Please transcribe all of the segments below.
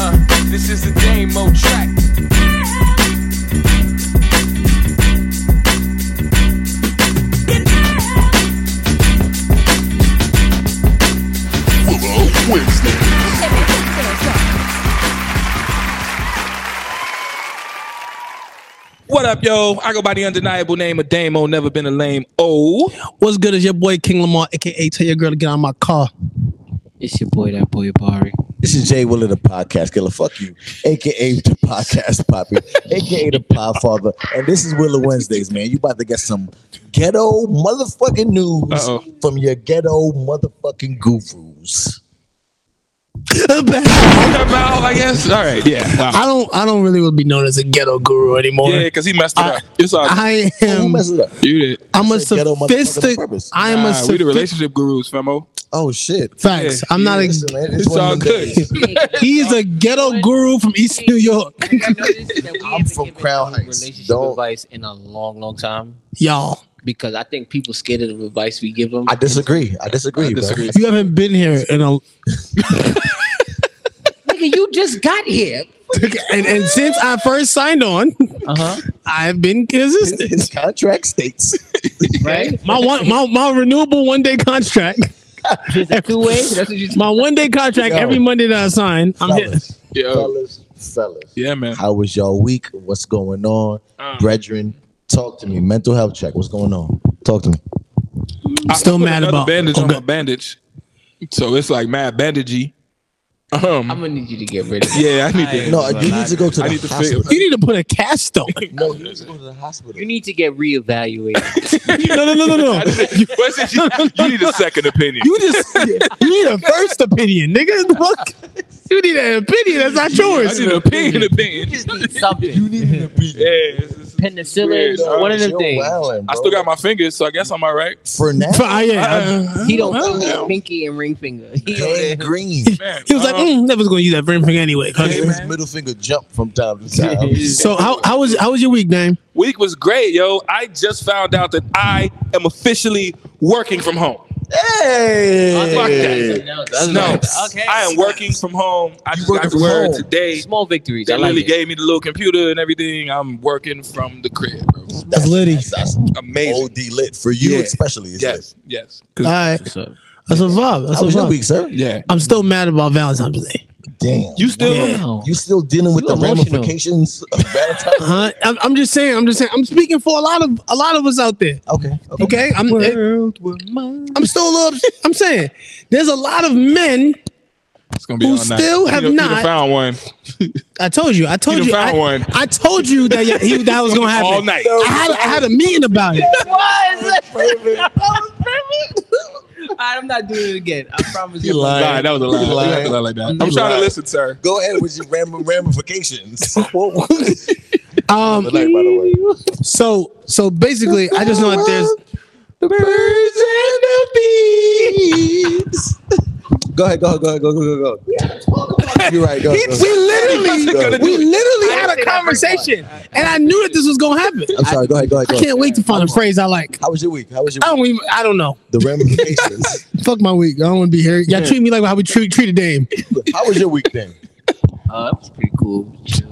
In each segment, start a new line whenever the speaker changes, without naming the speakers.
Uh, What up, yo? I go by the undeniable name of Damo, never been a lame. Oh,
What's good is your boy King Lamar, aka tell your girl to get out of my car.
It's your boy, that boy Bari.
This is Jay Will of the podcast killer. Fuck you, aka the podcast poppy, aka the podfather, and this is Willow Wednesdays, man. You about to get some ghetto motherfucking news
Uh-oh.
from your ghetto motherfucking gurus.
I
about, I guess. All right, yeah. Wow.
don't I don't really want to be known as a ghetto guru anymore.
Yeah, because he messed it
I-
up. It's all
I
Who
am
messes it up?
you did.
I'm a
said ghetto motherfucker
sophisticated
on purpose.
I am a
Nah, we the
sophisticated
relationship gurus, femo.
Oh shit!
facts.
yeah,
I'm not
Listen,
a
man,
It's,
one of
all
them
good.
days.
he's a ghetto guru from East New York.
I'm from Crown Heights.
Relationship
Don't-
advice in a long, long time
Y'all.
because I think people scared of the advice we give them.
I disagree. I disagree.
I disagree.
Bro.
You haven't been here in a
Nigga, you just got here.
and, and since I first signed on,
Uh huh.
I've been
His,
consistent.
his contract states
Right?
My one my, my renewable one day contract.
Two ways. That's what you.
My one day contract
Yo.
every Monday that I sign, I'm here.
fellas,
Yo.
fellas, fellas.
Yeah, man.
How was y'all week? What's going on,
Um,
brethren? Talk to me. Mental health check. What's going on? Talk to me.
I
still
put
mad
another
about- Oh,
bandage on
okay.
my bandage, so it's like mad bandagey.
I'm
Um,
gonna need you to get rid of.
yeah, I need to.
No, you need to go to
I
the
need to figure-
hospital.
You need to put a cast on. it.
No, you need to go to the hospital.
You need to get reevaluated.
No, no, no, no, no.
What's it- you need a second opinion.
You just you need a first opinion, nigga. The fuck? You need an opinion that's not
I
yours.
need an opinion. Opinion.
You just need something.
You need to be.
Yeah, it's- it's-
Penicillin,
Yeah,
one of them
You're
things.
wildin',
I
bro.
still got my fingers, so I guess I'm all right.
for now.
But, uh, yeah, uh,
He don't
uh,
know his pinky and ring finger. He
Dan
don't know.
Green.
Man,
He was like,
um,
mm, never was gonna use that ring finger anyway. cuz."
Hey,
His
man.
middle finger jump from time to time.
So how how was how was your week, Dame?
week was great, yo. I just found out that I am officially working from home.
hey,
No,
Okay.
I am working from home. I just
working
got the
from
word
home.
today.
Small victories.
They
I like
literally
it.
gave me the little computer and everything. I'm working from the crib, bro.
That's Liddy.
that's
Amazing.
OD lit for you
Yeah.
especially. It's
yes, yes. Oh, 'Cause-
All right,
What's up?
that's a vibe.
lit.
That's
How
a
was your
vibe.
week, sir?
Yeah.
I'm still mad about Valentine's Day.
Damn,
You still
Wow.
you still dealing with
You
the
emotional.
ramifications of Valentine's?
Huh? I'm, I'm just saying. I'm just saying. I'm speaking for a lot of a lot of us out there.
okay, okay.
Okay, I'm I'm still a little. ups- I'm saying there's a lot of men.
it's gonna be
Who
all night.
still have
you done- You
not-
done found one.
I told you. I
You
told
done
you.
found
I,
one.
I told you that yeah, he, that was gonna happen
All night.
I had, I had a meeting about it.
I'm not doing it again. I promise you.
You lying.
Lie, that was a lie.
You
You
lying.
have to lie like that. I'm
You
trying to
lying.
listen, sir.
Go ahead with your ram- ramifications. What was
Um,
the night, by the way?
So so basically, I just know that there's
the birds and the bees. Go ahead, go ahead, go ahead, go go go go. You're right. Go,
we
go, go.
literally we literally
I
had
didn't
a
say that first
conversation, and I knew that this was gonna happen.
I'm sorry. Go ahead, go ahead,
I
go. ahead.
can't wait to find a phrase I like.
How was your week? How was your
I don't even. I don't know.
the ramifications?
Fuck my week. I don't want to be here. Y'all treat me like how we treat treated Dame.
How was your week then?
Uh, that was pretty cool. Chill.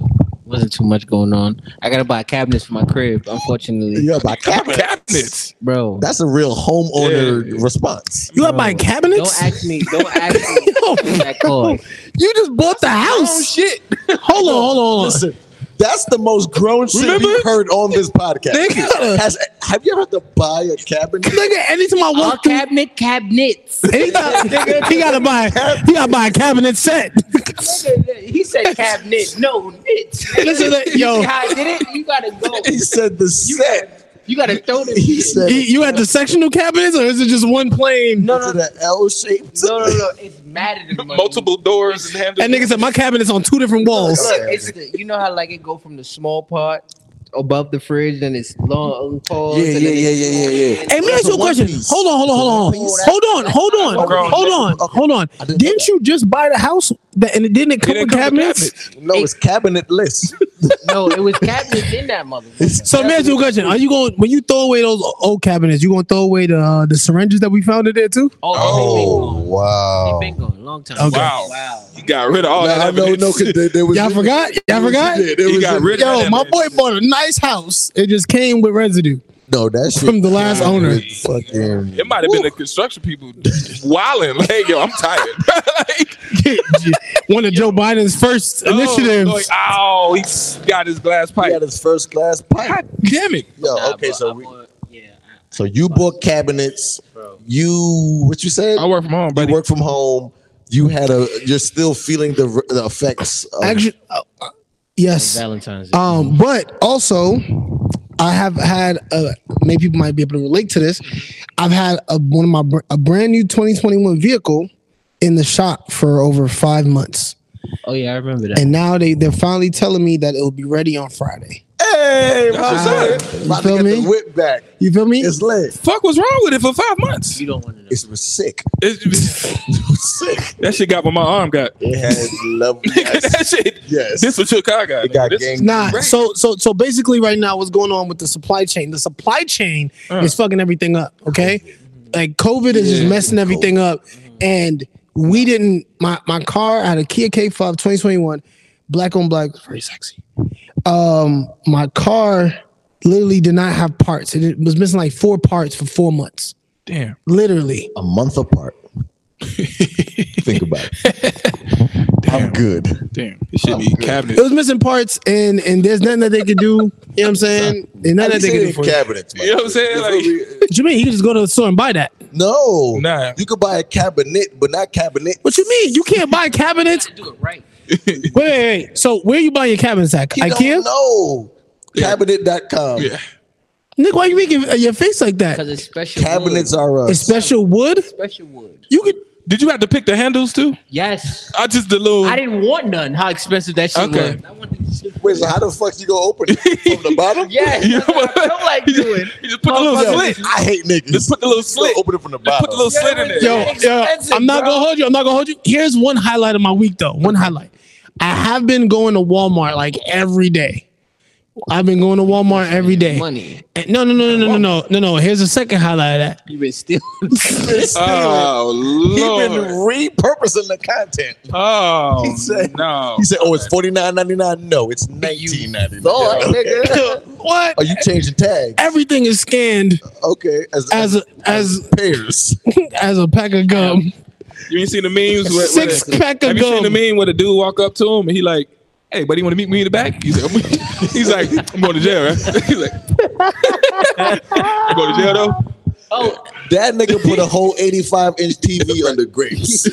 Wasn't too much going on. I gotta buy cabinets for my crib, unfortunately.
You got my
Cabinets.
Bro,
That's a real homeowner
Yeah.
response.
You up my
Bro,
cabinets?
don't ask me. Don't ask me. that card.
you just bought the house. shit. Hold on. Hold on. Hold on.
Listen, that's the most grown shit we've
Remember?
heard on this podcast.
Nigga,
Has, have you ever had to buy a cabinet?
nigga, anytime I
All
walk through,
cabinet cabinets.
anytime, he gotta buy, he gotta buy a cabinet set.
he said cabinet. No, knits.
Listen, look, yo.
You see how I did it? You gotta go.
He said the set.
You gotta throw this.
He
shit.
said
You you had the sectional cabinets, or is it just one plane?
No,
to
no,
the L shaped.
no, no, no. It's matted. in my-
Multiple doors and handles.
That nigga said my cabinet's on two different
Look,
walls.
it's the, you know how like it go from the small part above the fridge, then it's long pause.
Yeah,
and then
yeah,
it's-
yeah, yeah, yeah, yeah.
Hey, let me ask
That's
you
a
a
one
question.
piece.
Hold on, hold on, hold
It's a
on,
one piece.
hold on, hold on,
Okay.
hold on,
Okay.
hold on.
I didn't know
Didn't you just buy the house that and it didn't come
didn't
with
come with
cabinets?
No, it's cabinet list.
No, it was cabinets in that motherfucker.
So let me ask you a question: Are you going when you throw away those old cabinets? You gonna throw away the uh, the syringes that we found in there too?
Oh,
wow. Oh,
they've been gone. They've been gone a long time.
Okay.
Wow.
wow.
You got rid of all
Nah,
that.
no,
evidence.
no, 'cause there, there was
Y'all forgot? Y'all forgot?
Yeah, there
He
was
got
a-
rid of
Yo,
that
my
evidence.
boy bought a nice house. It just came with residue.
No, that shit
From the last owner.
Fucking.
It might have been the construction people wilding. Like, yo, I'm tired. like,
One of Joe Biden's first initiatives.
Oh, like, ow, he's got his glass
He
pipe.
had his first glass pipe.
God damn it.
Yo,
Nah,
okay,
but I
so we,
bought- yeah, I-
so you bought cabinets.
bro.
You what you said?
I work from home,
You
buddy.
work from home. You had a. You're still feeling the, the effects. Of,
Actually, uh, uh, yes.
Valentine's. Day.
Um, but also, I have had uh many people might be able to relate to this. I've had a, one of my br- a brand new 2021 vehicle in the shop for over five months,
oh yeah, I remember that.
and now they they're finally telling me that it will be ready on Friday.
hey,
what's
brother,
up?
about
You
to
feel
get
me?
the whip back.
You feel me?
It's lit.
Fuck was wrong with it for five months.
you don't want to know.
It's it was sick.
It-
It was sick.
that shit got what my arm got.
It had love. Yes.
that shit.
yes.
This was Chicago.
it got
this,
gang.
Nah,
Right.
so so so basically, right now, what's going on with the supply chain? The supply chain
Uh.
is fucking everything up. Okay, like COVID is just
Yeah.
messing everything up, and we didn't. My my car I had a Kia K5 2021, black on black, very sexy. Um, my car literally did not have parts. It- It was missing like four parts for four months,
Damn.
literally.
a month apart. Think about it. I'm good.
Damn. This shit
Oh,
need cabinet.
It was missing parts, and and there's nothing that they could do. You know what I'm saying?
Uh.
And nothing that they could do for it.
cabinets, man.
You know what I'm saying? Like-
What you mean? He could just go to the store and buy that.
no,
Nah.
You could buy a cabinet, but not cabinet.
What you mean? You can't buy cabinets?
Do it right.
Wait, wait, wait. So where you buying your cabinets at? IKEA?
No, cabinet.com.
Yeah.
Nick, why you making uh, your face like
Because
that?
it's special.
Cabinets
wood.
are
It's
us.
special wood.
special wood.
You could.
Did you have to pick the handles too?
Yes.
I just the little.
I didn't want none. How expensive that shit
Okay.
was. I wanted this shit-
Wait, so how the fuck you gonna open it from the bottom?
Yes.
You know
that's what
what?
I felt like doing.
You just put the little
Yo,
slit.
I hate niggas.
Just put the little slit.
Open it from the
Just
bottom.
put the little slit in there.
Yo,
It's
yo,
expensive,
I'm not
bro.
gonna hold you. I'm not gonna hold you. Here's one highlight of my week, though. One highlight. I have been going to Walmart like every day. I've been going to Walmart every day.
Money.
And- No, no, no, no, no, no, no, no, no. Here's a second highlight of that.
You've been stealing.
Oh
he
lord.
been repurposing the content.
oh
He said-
no.
He said, "Oh, it's forty nine ninety nine. No, it's nineteen ninety nine.
What?
Are you changing tags?
Everything is scanned
Okay, as
as a, as
pairs.
as a pack of gum.
You ain't seen the memes where, where
Six
the-
pack of
Have you seen the
gum.
meme where the dude walk up to him and he like, "Hey, buddy, you want to meet me in the back?" He's like, I'm, "He's like, I'm going to jail." Right? He's like, "You going to jail though?"
Oh,
That nigga put a whole 85 inch TV under grapes.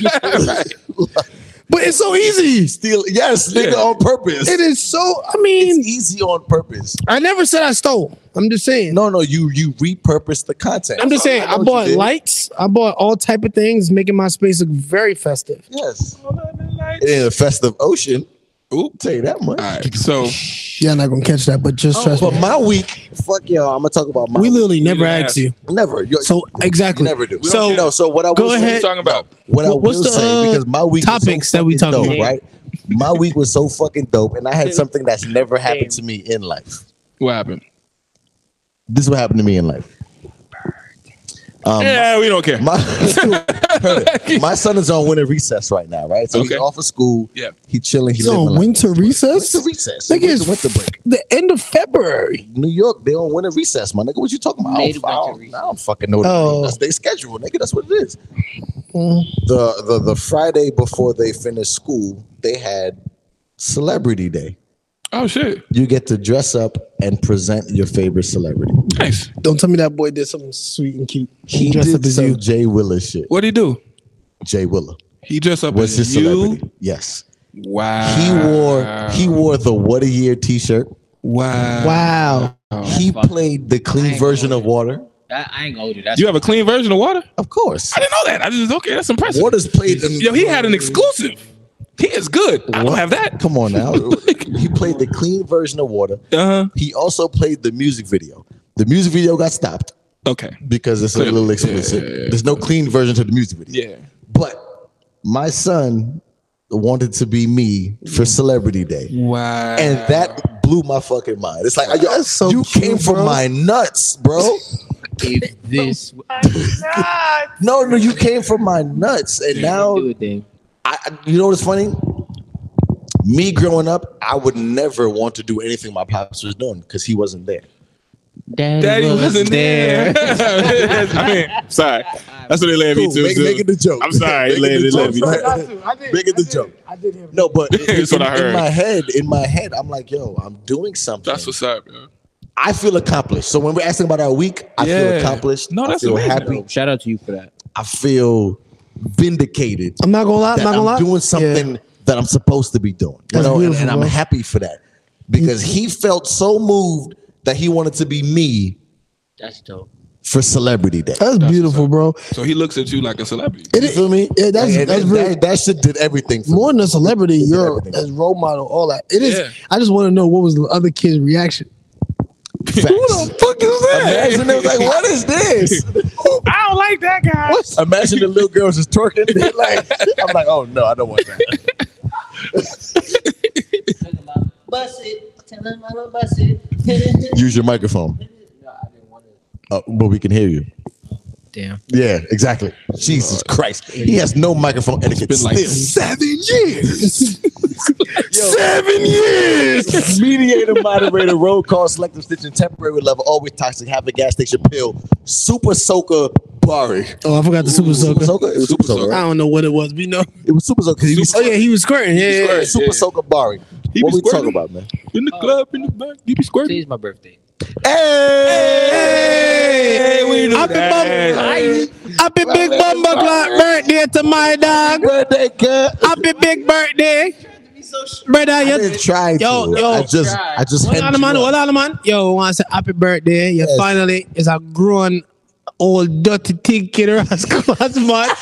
But it's so easy.
Steal, yes, nigga,
Yeah.
on purpose.
It is so. I mean,
It's e- easy on purpose.
I never said I stole. I'm just saying.
No, no, you you repurpose the content.
I'm just saying.
know
I
what
bought
you did.
lights. I bought all type of things, making my space look very festive.
Yes, it ain't a festive ocean.
Oop.
tell you that much.
All right, so
Yeah, not gonna catch that, but just trust
But
me.
my week, fuck y'all. I'm gonna talk about my.
we literally never
didn't
asked
ask.
you.
never. you
So exactly.
never do.
So
no. So what I
Go
will
what
say
you
ahead.
talking about?
What I
What- what's
will
the,
say
uh,
because my week was so
topics that we
fucking
talking
dope,
about?
right? My week was so fucking dope, and I had something that's never happened to me in life.
What happened?
This is what happened to me in life. Um,
yeah, we don't care.
my, my son is on winter recess right now, right? So
Okay.
he's off of school.
Yeah,
He's chilling. He's
He's on
living life.
winter recess.
Winter recess.
Nigga,
Winter,
it's
winter break.
The end of February.
New York, they on winter recess, my nigga. What you talking about? I
Made
don't, I
winter
don't, I don't fucking know.
Oh.
That's their schedule, nigga. That's what it is.
Mm.
the the the Friday before they finished school, they had celebrity day.
Oh shit!
You get to dress up and present your favorite celebrity.
Nice.
Don't tell me that boy did something sweet and cute.
He
dressed
did
up as
some
you.
Jay Willa shit.
What would he do?
Jay Willa
He dressed up
was
as
his
you.
celebrity. Yes,
Wow.
he
Ah.
wore he wore the What a Year T-shirt.
Wow.
Wow.
He
fucked.
played the clean
ain't
version
going
of water.
I, I ain't gonna hold you. That's
You have a clean version of water?
Of course,
I didn't know that. I just okay. That's impressive.
Waters played the
Yo, he had an exclusive. He is good. I don't have that.
Come on now, he played the clean version of water.
Uh huh.
He also played the music video. The music video got stopped.
Okay.
because it's a
Clearly.
little
Yeah,
explicit.
yeah, yeah.
There's no clean version to the music video.
Yeah.
But my son wanted to be me for Celebrity Day.
Wow.
And that blew my fucking mind. It's like, yo,
That's so
you
cute,
came from
bro.
my nuts, bro.
if this
No, no, you came from my nuts. And now,
do a thing.
I, I- you know what's funny? Me growing up, I would never want to do anything my pops was doing because he wasn't there.
Daddy,
Daddy wasn't there. I mean, sorry. That's what they led me
Cool,
to.
make,
too.
make it the joke.
I'm sorry,
Make it
lady,
the
let
joke.
me-
Right. Make it the joke.
I did him.
No, but in,
That's what I
in- in
heard.
my head, in my head, I'm like, yo, I'm doing something.
That's what's up, yo.
I feel accomplished. So when we're asking about our week, I
Yeah.
feel accomplished.
No, that's
I feel
amazing.
happy.
Shout out to you for that.
I feel vindicated.
I'm not gonna lie. I'm
that
not
I'm,
gonna lie.
doing something that I'm supposed to be doing. You
That's
know, and,
beautiful,
and I'm
bro.
happy for that because he felt so moved that he wanted to be me
That's dope.
for Celebrity Day.
That's, beautiful, bro.
So he looks at you like a celebrity.
you feel me?
yeah, that's-
And- and
that's
that,
real.
that shit did everything for
More
me.
than a celebrity, you're
everything.
as role model, all that. It is.
Yeah.
I just want to know what was the other kid's reaction.
Facts.
fuck is
Imagine it was like, what is this?
I don't like that guy.
Imagine the little girls just twerking. like, I'm like, oh no, I don't want that.
Bust it. Tell him I'm gonna bust it.
Use your microphone. Uh, but we can hear you.
Damn.
Yeah, exactly. Jesus Christ, he has no microphone etiquette.
been like
still. seven years. seven years. Mediator, moderator, road call, selective stitching, temporary level, always toxic. Have a gas station pill. Super soaker bari.
Oh, I forgot the super soaker.
It was super
Super
soaker.
Soaker.
I
right?
don't know what it was. We know.
It was super soaker. 'cause he was-
Oh yeah, he was squirting. Yeah, yeah,
squirting.
yeah.
super
yeah.
soaker bari.
He
What
be
we talking
squirting.
about, man?
In the club, in the back, you be squirting.
Today's my birthday.
Hey,
Hey, we knew
Up in
that.
Bum- up in Big Bumba Clock birthday to my dog.
birthday girl.
Up in Big Birthday. Brother,
I
you
didn't try to.
Yo, yo.
I just, I just.
Well, on,
hemmed you
man.
up.
Well, on, man. Yo, want to say happy birthday. You
Yes.
finally is a grown, old, dirty, thick kid as as much.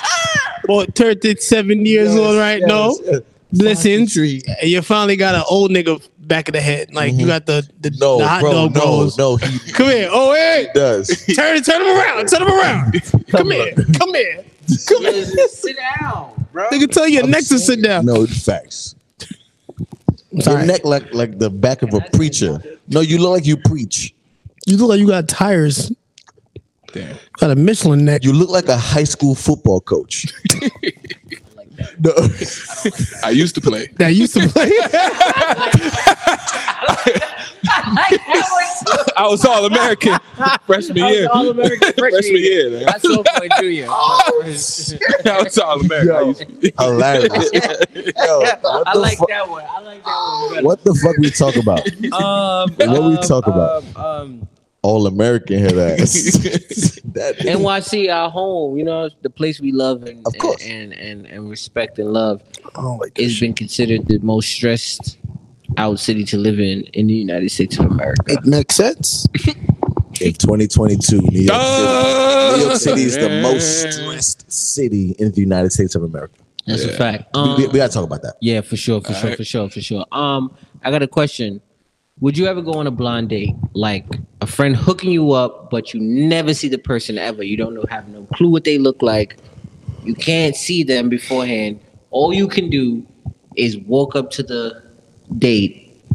About 37 years
Yes,
old right
yes,
now.
yes.
Blessings.
Tree.
And You finally got an old nigga back of the head. Like, you got the, the,
Mm-hmm. No,
the hot
bro,
dog
no,
balls.
no, he
Come here. Oh, hey.
does.
Turn, turn him around. Turn him around. Come here. Come here. Come here.
Sit down, bro.
Nigga, tell your neck to sit down.
No facts. Your
sorry.
neck like like the back of a preacher. No, you look like you preach.
You look like you got tires.
Damn.
Got a Michelin neck.
You look like a high school football coach. No.
I used to play.
that used to play.
I was all American freshman year.
American
Freshman year. man.
I saw for junior.
Oh,
I was all American. I
Yo.
used to-
Hilarious. Yo, what
I
the
like
fu-
that one. I like that one.
What the fuck we talk about?
Um,
What we
um,
talk about?
Um, um,
All American head ass. That-
NYC, our home. You know, the place we love and
Of course.
and and, and respect and love.
oh my
It's been considered the most stressed out city to live in in the United States of America.
It makes sense.
in 2022, New York City.
Duh.
New York City is the
Ah.
most
Yeah.
stressed city in the United States of America.
That's
Yeah.
a fact.
We-
Um,
we, we gotta talk about that.
yeah, for sure, for
All
sure,
right.
for sure, for sure. Um, I got a question. Would you ever go on a blind date, like a friend hooking you up, but you never see the person ever? You don't know, have no clue what they look like. You can't see them beforehand. All you can do is walk up to the date,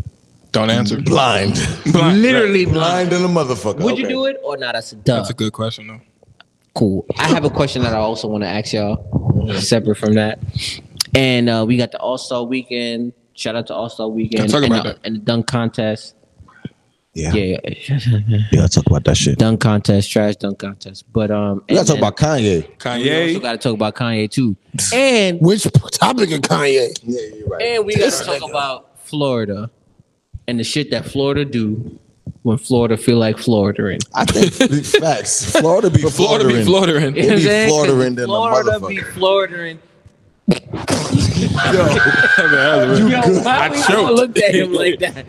Don't answer.
Blind.
Blind.
literally blind.
Blind in a motherfucker.
Would you
Okay.
do it or not? That's a duh.
That's a good question, though.
cool. I have a question that I also want to ask y'all, separate from that. And uh, we got the All Star Weekend. Shout out to All Star Weekend
Let's talk
and,
about
the,
that.
and the dunk contest.
Yeah.
Yeah, yeah.
We gotta talk about that shit.
dunk contest, trash dunk contest. But um,
We
and
gotta talk
then
about Kanye.
We also
Kanye.
got to talk about Kanye too, and
Which topic of Kanye?
Yeah, you're right.
and we got to talk about Florida and the shit that Florida do when Florida feel like Floridering.
I think facts. Florida be
Florida be
Florida.
Florida.
You know what I'm
be
saying? 'Cause
Floridering than a
Florida be
motherfucker.
Floridering. Yo,
I
why
I
we
choked.
all looked at him like that?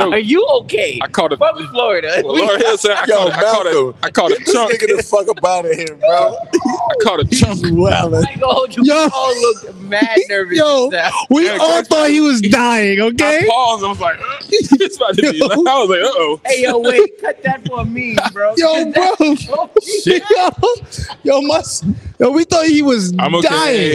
Are you okay?
caught a.
Fuck with Florida.
Well, Laura Hill said I caught,
Yo,
a, I, caught a,
Malcolm.
I caught a
This
chunk.
nigga the fuck up out of here, bro.
I caught a chunk.
Well,
Like, oh, you
Yo.
all looked mad nervous.
Yo, we all thought he was dying,
I
okay?
paused. I was like, uh, it's about to be. I was like, uh oh.
Hey, yo, wait. Cut that for me, bro.
Yo, bro.
Shit.
Yo, yo, my, s- yo, we thought he was
I'm okay.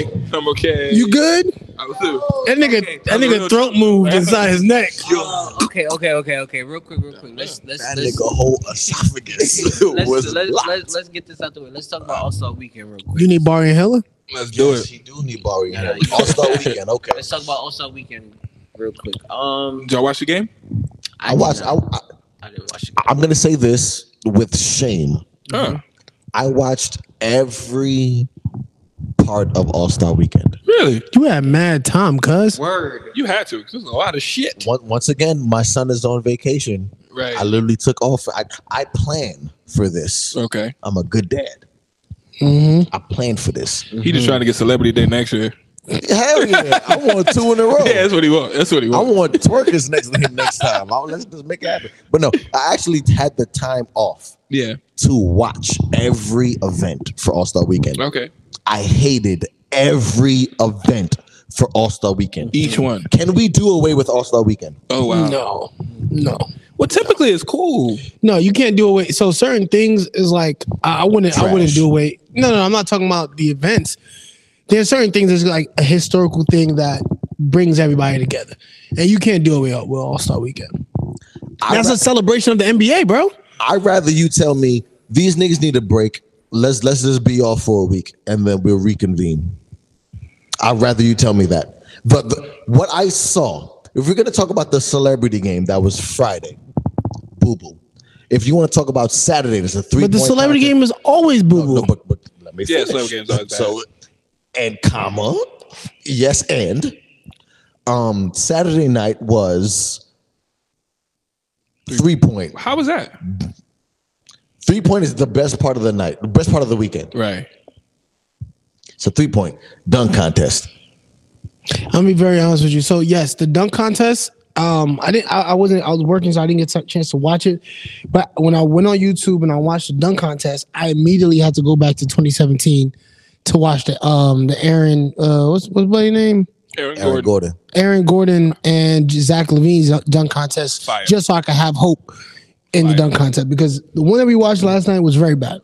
dying.
I'm okay.
You good?
I'm too.
That nigga, that nigga throat moved inside his neck.
Oh, okay, okay, okay, okay. Real quick, real quick. Let's let's
that
let's
nigga whole esophagus
let's,
was
let's,
locked.
let's, let's get this out the way. Let's talk about All Star Weekend real quick.
You need Barry and Hiller?
Let's do
Yes,
it.
he do need Barry.
Yeah, yeah.
All Star Weekend, okay.
Let's talk about All Star Weekend real quick. Um,
Did y'all watch the game?
I watched.
did
I,
not.
I,
I didn't watch it.
I'm gonna say this with shame.
Huh.
I watched every part of All Star Weekend.
Really?
You had mad time, cuz.
Word.
You had to. 'cause There's a lot of shit.
Once, once again, my son is on vacation.
Right.
I literally took off. I I plan for this.
okay.
I'm a good dad.
Mm-hmm.
I planned for this.
He just trying to get celebrity day next year.
Hell yeah! I want two in a row.
Yeah, that's what he wants. That's what he
I
wants.
want twerkers next next time. I, let's just make it happen. But no, I actually had the time off
Yeah.
to watch every event for All Star Weekend.
Okay.
I hated every event for All Star Weekend.
Each one.
Can we do away with All Star Weekend?
Oh wow.
No, no,
Well, typically it's cool.
no. You can't do away. So certain things is like I, I wouldn't. I wouldn't
Trash.
do away. No, no. I'm not talking about the events. There's certain things that's like a historical thing that brings everybody together, and you can't do away with All Star Weekend.
I
That's
ra-
a celebration of the NBA, bro.
I'd rather you tell me these niggas need a break. Let's let's just be off for a week and then we'll reconvene. I'd rather you tell me that. But the, what I saw, if we're gonna talk about the celebrity game that was Friday, boo boo. If you want to talk about Saturday, there's a three.
But the
point
celebrity
contest.
game is always boo
No,
boo.
but, but let me
Yeah,
finish.
celebrity games always bad.
So, and comma, yes, and um, Saturday night was three point.
How was that?
Three point is the best part of the night, the best part of the weekend.
Right.
So three point dunk contest.
I'm gonna be very honest with you. So yes, the dunk contest. Um, I didn't. I, I wasn't. I was working, so I didn't get a chance to watch it. But when I went on YouTube and I watched the dunk contest, I immediately had to go back to 2017 to watch the um the Aaron uh what's what's buddy name
Aaron,
Aaron
Gordon.
Gordon.
Aaron Gordon and Zach Levine's dunk contest
Fire.
just so I could have hope in the dunk contest because the one that we watched last night was very bad.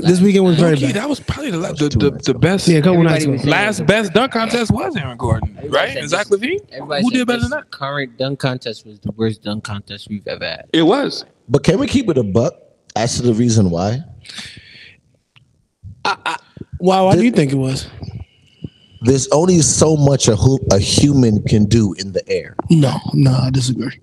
This weekend was very
Low-key,
bad.
that was probably the la- the, the, the best.
Yeah, a couple nights
Everybody
ago.
was-
Last best dunk contest was Aaron Gordon,
Everybody
right?
said
And Zach
this-
Levine.
Everybody
Who
said
did better
this
than that?
Current dunk contest was the worst dunk contest we've ever had.
It was.
But can we keep it a buck as to the reason why?
Wow, why do you think it was?
There's only so much a hoop a human can do in the air.
No, no, I disagree.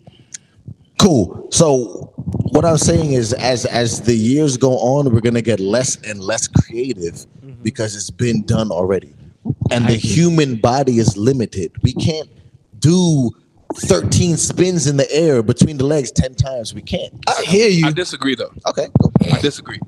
Cool. So what I'm saying is as as the years go on, we're gonna get less and less creative because it's been done already. And the human body is limited. We can't do 13 spins in the air between the legs 10 times. We can't.
I hear you.
I disagree though.
Okay.
I disagree.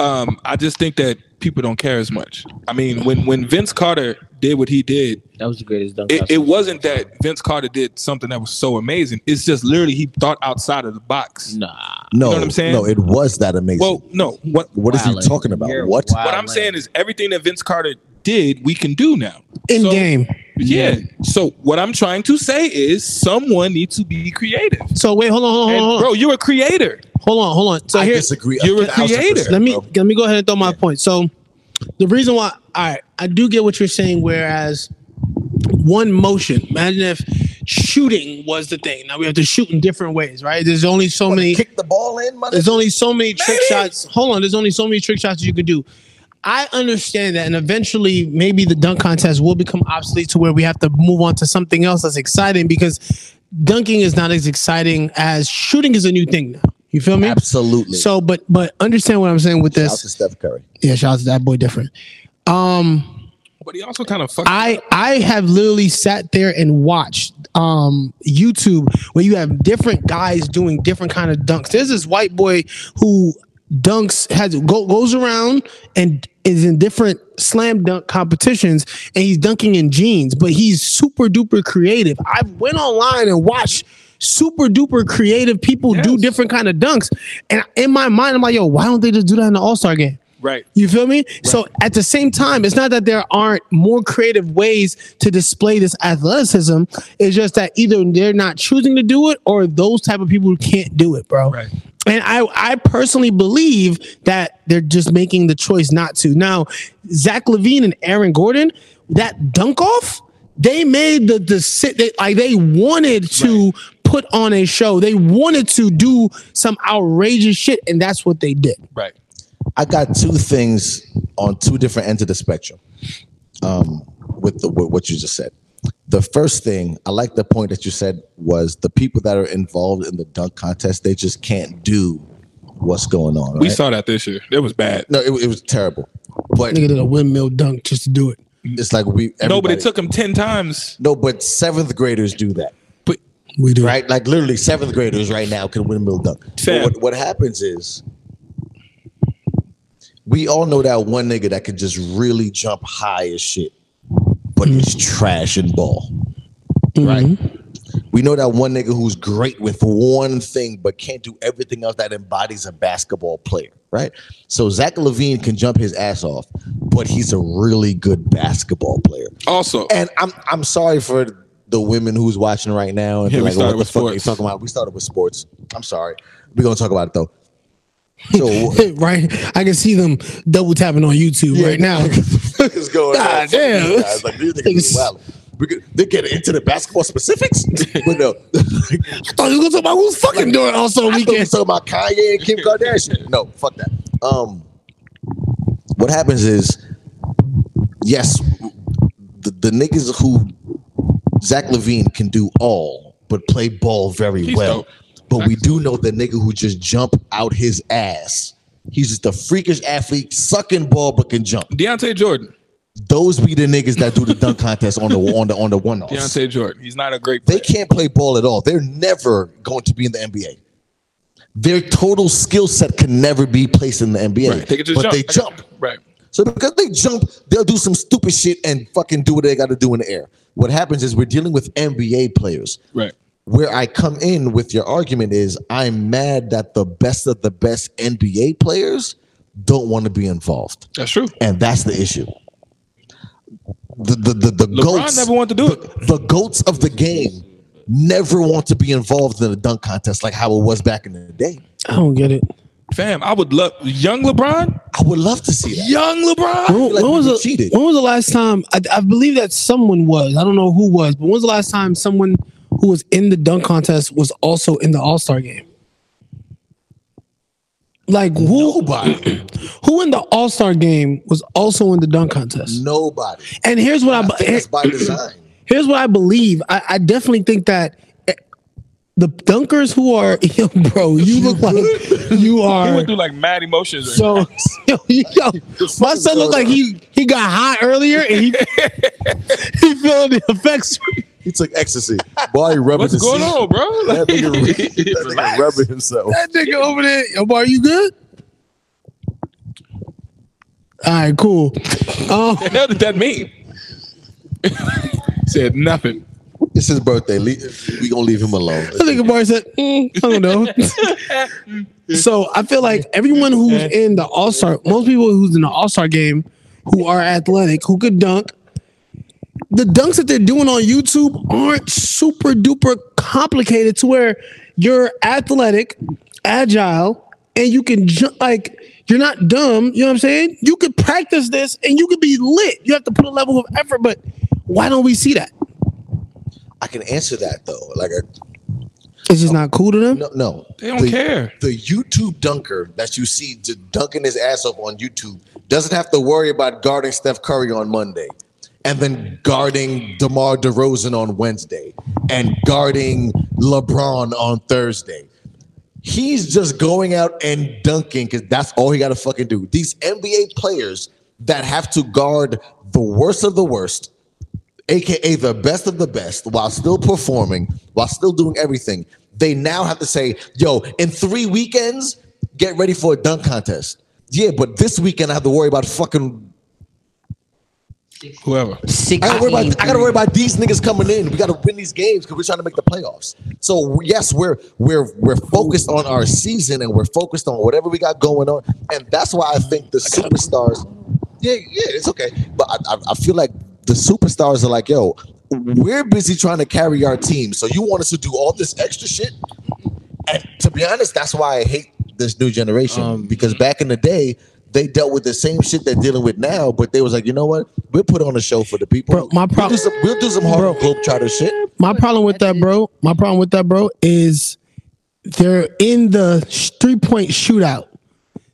Um, I just think that people don't care as much. I mean, when when Vince Carter did what he did,
That was the greatest dunk
it,
contest.
it wasn't that Vince Carter did something that was so amazing. It's just literally he thought outside of the box.
Nah.
No,
what I'm saying?
no, it was that amazing.
Well, no. What
what is he
Wildin'.
talking about?
You're
What?
what I'm
wildin'.
saying is everything that Vince Carter did, we can do now.
In
So-
game.
Yeah. So what I'm trying to say is someone needs to be creative.
So wait, hold on, hold on, hold
And,
on.
bro, you're a creator.
Hold on, hold on. So
I
here,
disagree. a
you're a
thousand
creator.
percent,
let me
bro.
let me go ahead and throw my point. So the reason why, all right, I do get what you're saying. Whereas one motion, imagine if shooting was the thing. Now we have to shoot in different ways, right? There's only so many.
kick the ball in, mother.
There's only so many trick
Maybe.
shots. Hold on, there's only so many trick shots you could do. I understand that, and eventually, maybe the dunk contest will become obsolete to where we have to move on to something else that's exciting because dunking is not as exciting as shooting is a new thing now. You feel me?
Absolutely.
So, but but understand what I'm saying with
Shout out
this.
to Steph Curry.
Yeah, shout out to that boy different. Um,
But he also kind of fucked.
I I have literally sat there and watched um YouTube where you have different guys doing different kind of dunks. There's this white boy who dunks has go, goes around and is in different slam dunk competitions and he's dunking in jeans, but he's super duper creative. I went online and watched super duper creative people do
Yes.
different kind of dunks and in my mind I'm like yo why don't they just do that in the all-star game
right.
you feel me? So at the same time, it's not that there aren't more creative ways to display this athleticism. It's just that either they're not choosing to do it or those type of people can't do it, bro.
Right.
And I, I personally believe that they're just making the choice not to. Now, Zach Levine and Aaron Gordon, that dunk off, they made the the sit they, like they wanted to put on a show. They wanted to do some outrageous shit, and that's what they did.
Right.
I got two things on two different ends of the spectrum. Um, with the with what you just said, the first thing I like the point that you said was the people that are involved in the dunk contest, they just can't do what's going on.
We
right?
saw that this year. It was bad.
no, it, it was terrible. But
Nigga did a windmill dunk just to do it.
it's like we everybody,
No, but it took him ten times.
no, but seventh graders do that.
We do.
right? Like literally seventh graders right now can windmill dunk.
Fam.
But what, what happens is we all know that one nigga that can just really jump high as shit, but is trash in ball. Right? We know that one nigga who's great with one thing but can't do everything else that embodies a basketball player, right? So Zach Levine can jump his ass off, but he's a really good basketball player.
Also,
And I'm I'm sorry for the women who's watching right now and
Yeah,
be
we
like,
started
what the
with
fuck are you
sports.
talking about? We started with sports. I'm sorry. We're gonna talk about it though. So
right? I can see them double tapping on YouTube
Yeah.
right now.
what is going
God
on? Fuck these
damn.
guys. Like, these niggas are wild. We could- They get into the basketball specifics, but no.
I thought you were gonna talk about who's fucking doing also
I thought we
weekend.
talking about Kanye and Kim Kardashian. No, fuck that. Um, what happens is, yes, the, the niggas who Zach Levine can do all, but play ball very
He's
well.
dope.
But we do know the nigga who just jump out his ass. He's just a freakish athlete, sucking ball but can jump.
Deontay Jordan.
Those be the niggas that do the dunk contest on the on the on the one off.
Deontay Jordan. He's not a great
They
player.
can't play ball at all. They're never going to be in the NBA. Their total skill set can never be placed in the NBA.
right. They can just
but
jump.
they jump.
Right.
So because they jump, they'll do some stupid shit and fucking do what they got to do in the air. What happens is we're dealing with NBA players.
Right.
Where I come in with your argument is I'm mad that the best of the best NBA players don't want to be involved.
That's true.
And that's the issue. The the the, the
LeBron
goats
never wanted to do it.
the goats of the game never want to be involved in a dunk contest like how it was back in the day.
I don't get it.
Fam, I would love young LeBron.
I would love to see that.
Young LeBron.
When,
like
when
we
was
were
the,
cheated.
when was the last time? I, I believe that someone was. I don't know who was, but when was the last time someone who was in the dunk contest was also in the All Star game? Like who?
Nobody,
Who in the All Star game was also in the dunk contest?
nobody.
And here's what I,
I
bu-
think that's by design.
here's what I believe. I, I definitely think that eh, the dunkers who are, yo, bro, you look like you
He
are
went through like mad emotions.
so. Yo, yo, my son looked like he he got high earlier and he he feeling the effects.
He took ecstasy. Boy, he rubbing
What's
his
going on, bro?
That nigga, that nigga
Relax.
rubbing himself.
That nigga over there, yo, boy, you good? All right, cool. Um,
The hell did that mean? Said nothing.
It's his birthday. Le- We gonna leave him alone.
I think Amari said, mm, I don't know. so I feel like everyone who's in the All Star, most people who's in the All Star game, who are athletic, who could dunk, the dunks that they're doing on YouTube aren't super duper complicated to where you're athletic, agile, and you can jump like. You're not dumb, you know what I'm saying? You could practice this and you could be lit. You have to put a level of effort, but why don't we see that?
I can answer that though. Like, I-
It's just not cool to them.
no, no,
They don't care.
The YouTube dunker that you see d- dunking his ass off on YouTube doesn't have to worry about guarding Steph Curry on Monday, and then guarding DeMar DeRozan on Wednesday, and guarding LeBron on Thursday. He's just going out and dunking because that's all he got to fucking do. These NBA players that have to guard the worst of the worst, aka the best of the best, while still performing, while still doing everything, they now have to say, yo, in three weekends, get ready for a dunk contest. Yeah, but this weekend I have to worry about fucking.
Whoever.
I gotta worry about. I gotta
16.
worry about these niggas coming in. We gotta win these games because we're trying to make the playoffs. So yes, we're we're we're focused on our season and we're focused on whatever we got going on, and that's why I think the superstars. Yeah, yeah, it's okay, but I, I, I feel like the superstars are like, yo, we're busy trying to carry our team, so you want us to do all this extra shit. And to be honest, that's why I hate this new generation
Um,
because back in the day. They dealt with the same shit they're dealing with now, but they was like, you know what? We'll put on a show for the people.
Bro, my prob-
We'll do some, we'll do some hard globetrotter shit.
my problem with that, bro. My problem with that, bro, is they're in the sh- three point shootout.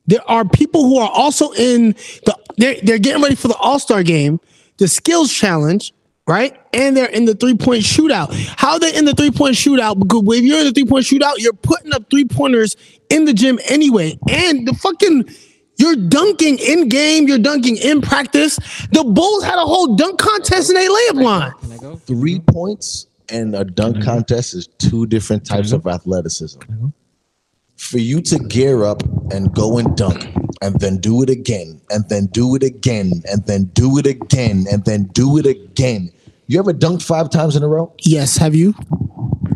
There are people who are also in the. They're they're getting ready for the All Star game, the skills challenge, right? And they're in the three point shootout. How they in the three point shootout? Because if you're in the three point shootout, you're putting up three pointers in the gym anyway. And the fucking you're dunking in game, you're dunking in practice. The Bulls had a whole dunk contest in a layup line.
Can I go?
Three points and a
Mm-hmm.
dunk contest is two different types of athleticism. For you to gear up and go and dunk and then do it again and then do it again and then do it again and then do it again. You ever dunked five times in a row?
Yes, have you?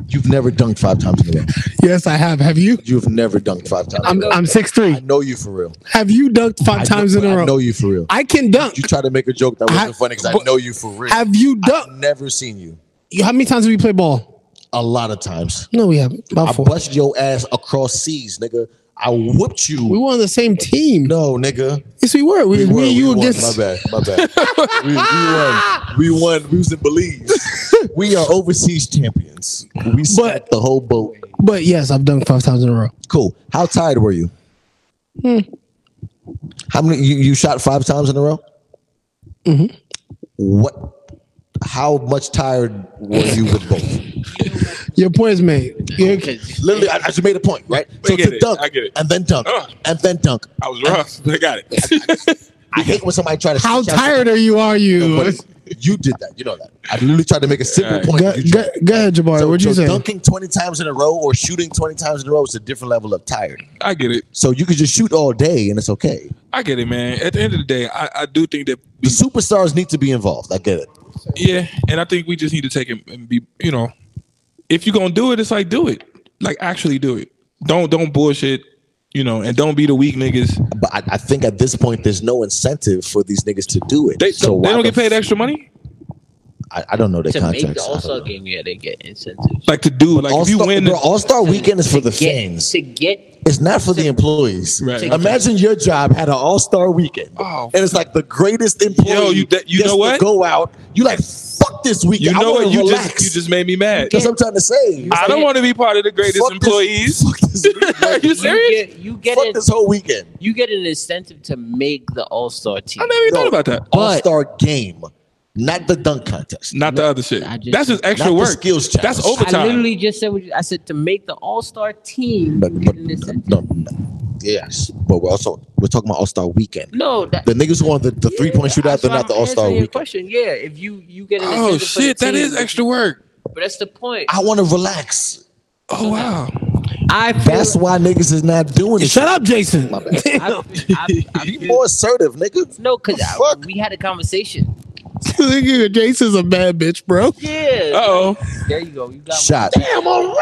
You've never dunked five times in a row.
Yes, I have. Have you?
You've never dunked five times.
I'm
in a row.
I'm six
I
three.
know you for real.
Have you dunked five
I
times
know,
in a
I know
row?
you for real.
I can dunk.
You tried to make a joke that wasn't
I-
funny because I
but-
know you for real.
Have you
I've
dunked?
never seen you.
How many times have we played ball?
A lot of times.
No, we haven't.
I
About four.
busted your ass across seas, nigga. I whooped you.
We were on the same team.
no, nigga.
Yes, we were. We, was
We won,
me and you
we won.
against.
My bad. My bad. we, we won. We won. We was in Belize. we are overseas champions. We smacked the whole boat.
But yes, I've dunked five times in a row.
Cool. How tired were you?
Hmm.
How many? You, you shot five times in a row.
Mm-hmm.
What? How much tired were you with both?
Your point is made. You're-
Literally, I, I just made a point, right? So
get
to
it.
dunk
I get it. Uh.
and then dunk
Ugh.
and then dunk.
I was rough, but I got it.
I hate when somebody try to.
how
shout
tired are you? Are
something,
you?
but You did that. You know that. I literally tried to make a simple
Alright.
point.
Go,
You
go, go ahead, Jabari.
So,
What'd you
so
say?
dunking 20 times in a row or shooting 20 times in a row is a different level of tired.
I get it.
So you could just shoot all day and it's okay.
I get it, man. At the end of the day, I, I do think that
The superstars need to be involved. I get it.
yeah, and I think we just need to take it and be you know, if you're gonna do it, it's like do it, like actually do it. Don't don't bullshit, you know, and don't be the weak niggas.
But I, I think at this point, there's no incentive for these niggas to do it.
They
so
they
why
don't get
the
paid
f-
extra money,
I, I don't know their
To make the
contracts.
All Star game, yeah, they get incentives.
like to do like
All
if you
star,
win.
bro, All Star Weekend is for the
get,
fans.
To get
It's not for the employees.
Right.
Imagine your job had an All Star Weekend,
Oh.
and it's like the greatest employee.
Yo, you- that- you
gets
know
to
what?
Go out. You like fuck this
you
weekend.
know
I
what?
want
You
to relax.
just you just made me mad.
That's what I'm trying to say.
I don't want to be part of the greatest
Fuck this-
employees.
fuck this
Are
weekend.
you serious?
you get you get
fuck
an-
this whole weekend.
you get an incentive to make the All Star team.
I never even
No.
thought about that.
But-
All Star game, not the dunk contest.
Not the other shit.
I just-
That's just extra
not the
work.
skills challenge.
That's
I
I
overtime.
literally just said what you, I said to make the All Star team.
But,
you get
but,
an incentive.
no, no. yes, but we're also we're talking about All Star weekend.
no, that,
The niggas who on the, the three point shootout, they're
that's why
not the
I'm
All Star
answering your
weekend.
Question, yeah. If you you get an
Oh
incentive for the
shit, that
team,
is extra work.
But that's the point.
I want to relax.
Oh wow.
I feel,
That's why niggas is not doing it.
Shut up, Jason.
I, I, I
Be
feel,
more assertive, nigga.
no, because
Fuck.
we had a conversation.
Jason's a bad bitch, bro.
Uh
Yeah.
oh.
There you go. You got
Shot.
Damn, already.
one.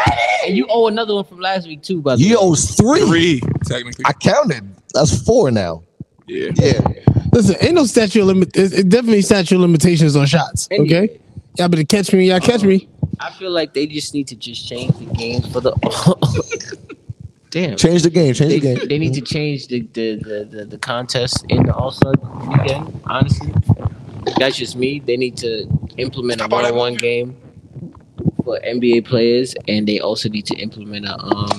And you owe another one from last week too, by the
He
way.
owes three.
Three, technically.
I counted. That's four now.
Yeah.
Yeah.
Listen, ain't no statute of limit. It's, it's definitely statute of limitations on shots.
Anyway.
Okay, y'all better catch me. Y'all catch me.
I feel like they just need to just change the game for the. Damn.
Change the game. Change
They,
the game.
they need to change the the, the, the, the contest in the All Star weekend. Honestly, that's just me. They need to implement a
Stop all
one
that
on one game for NBA players, and they also need to implement a um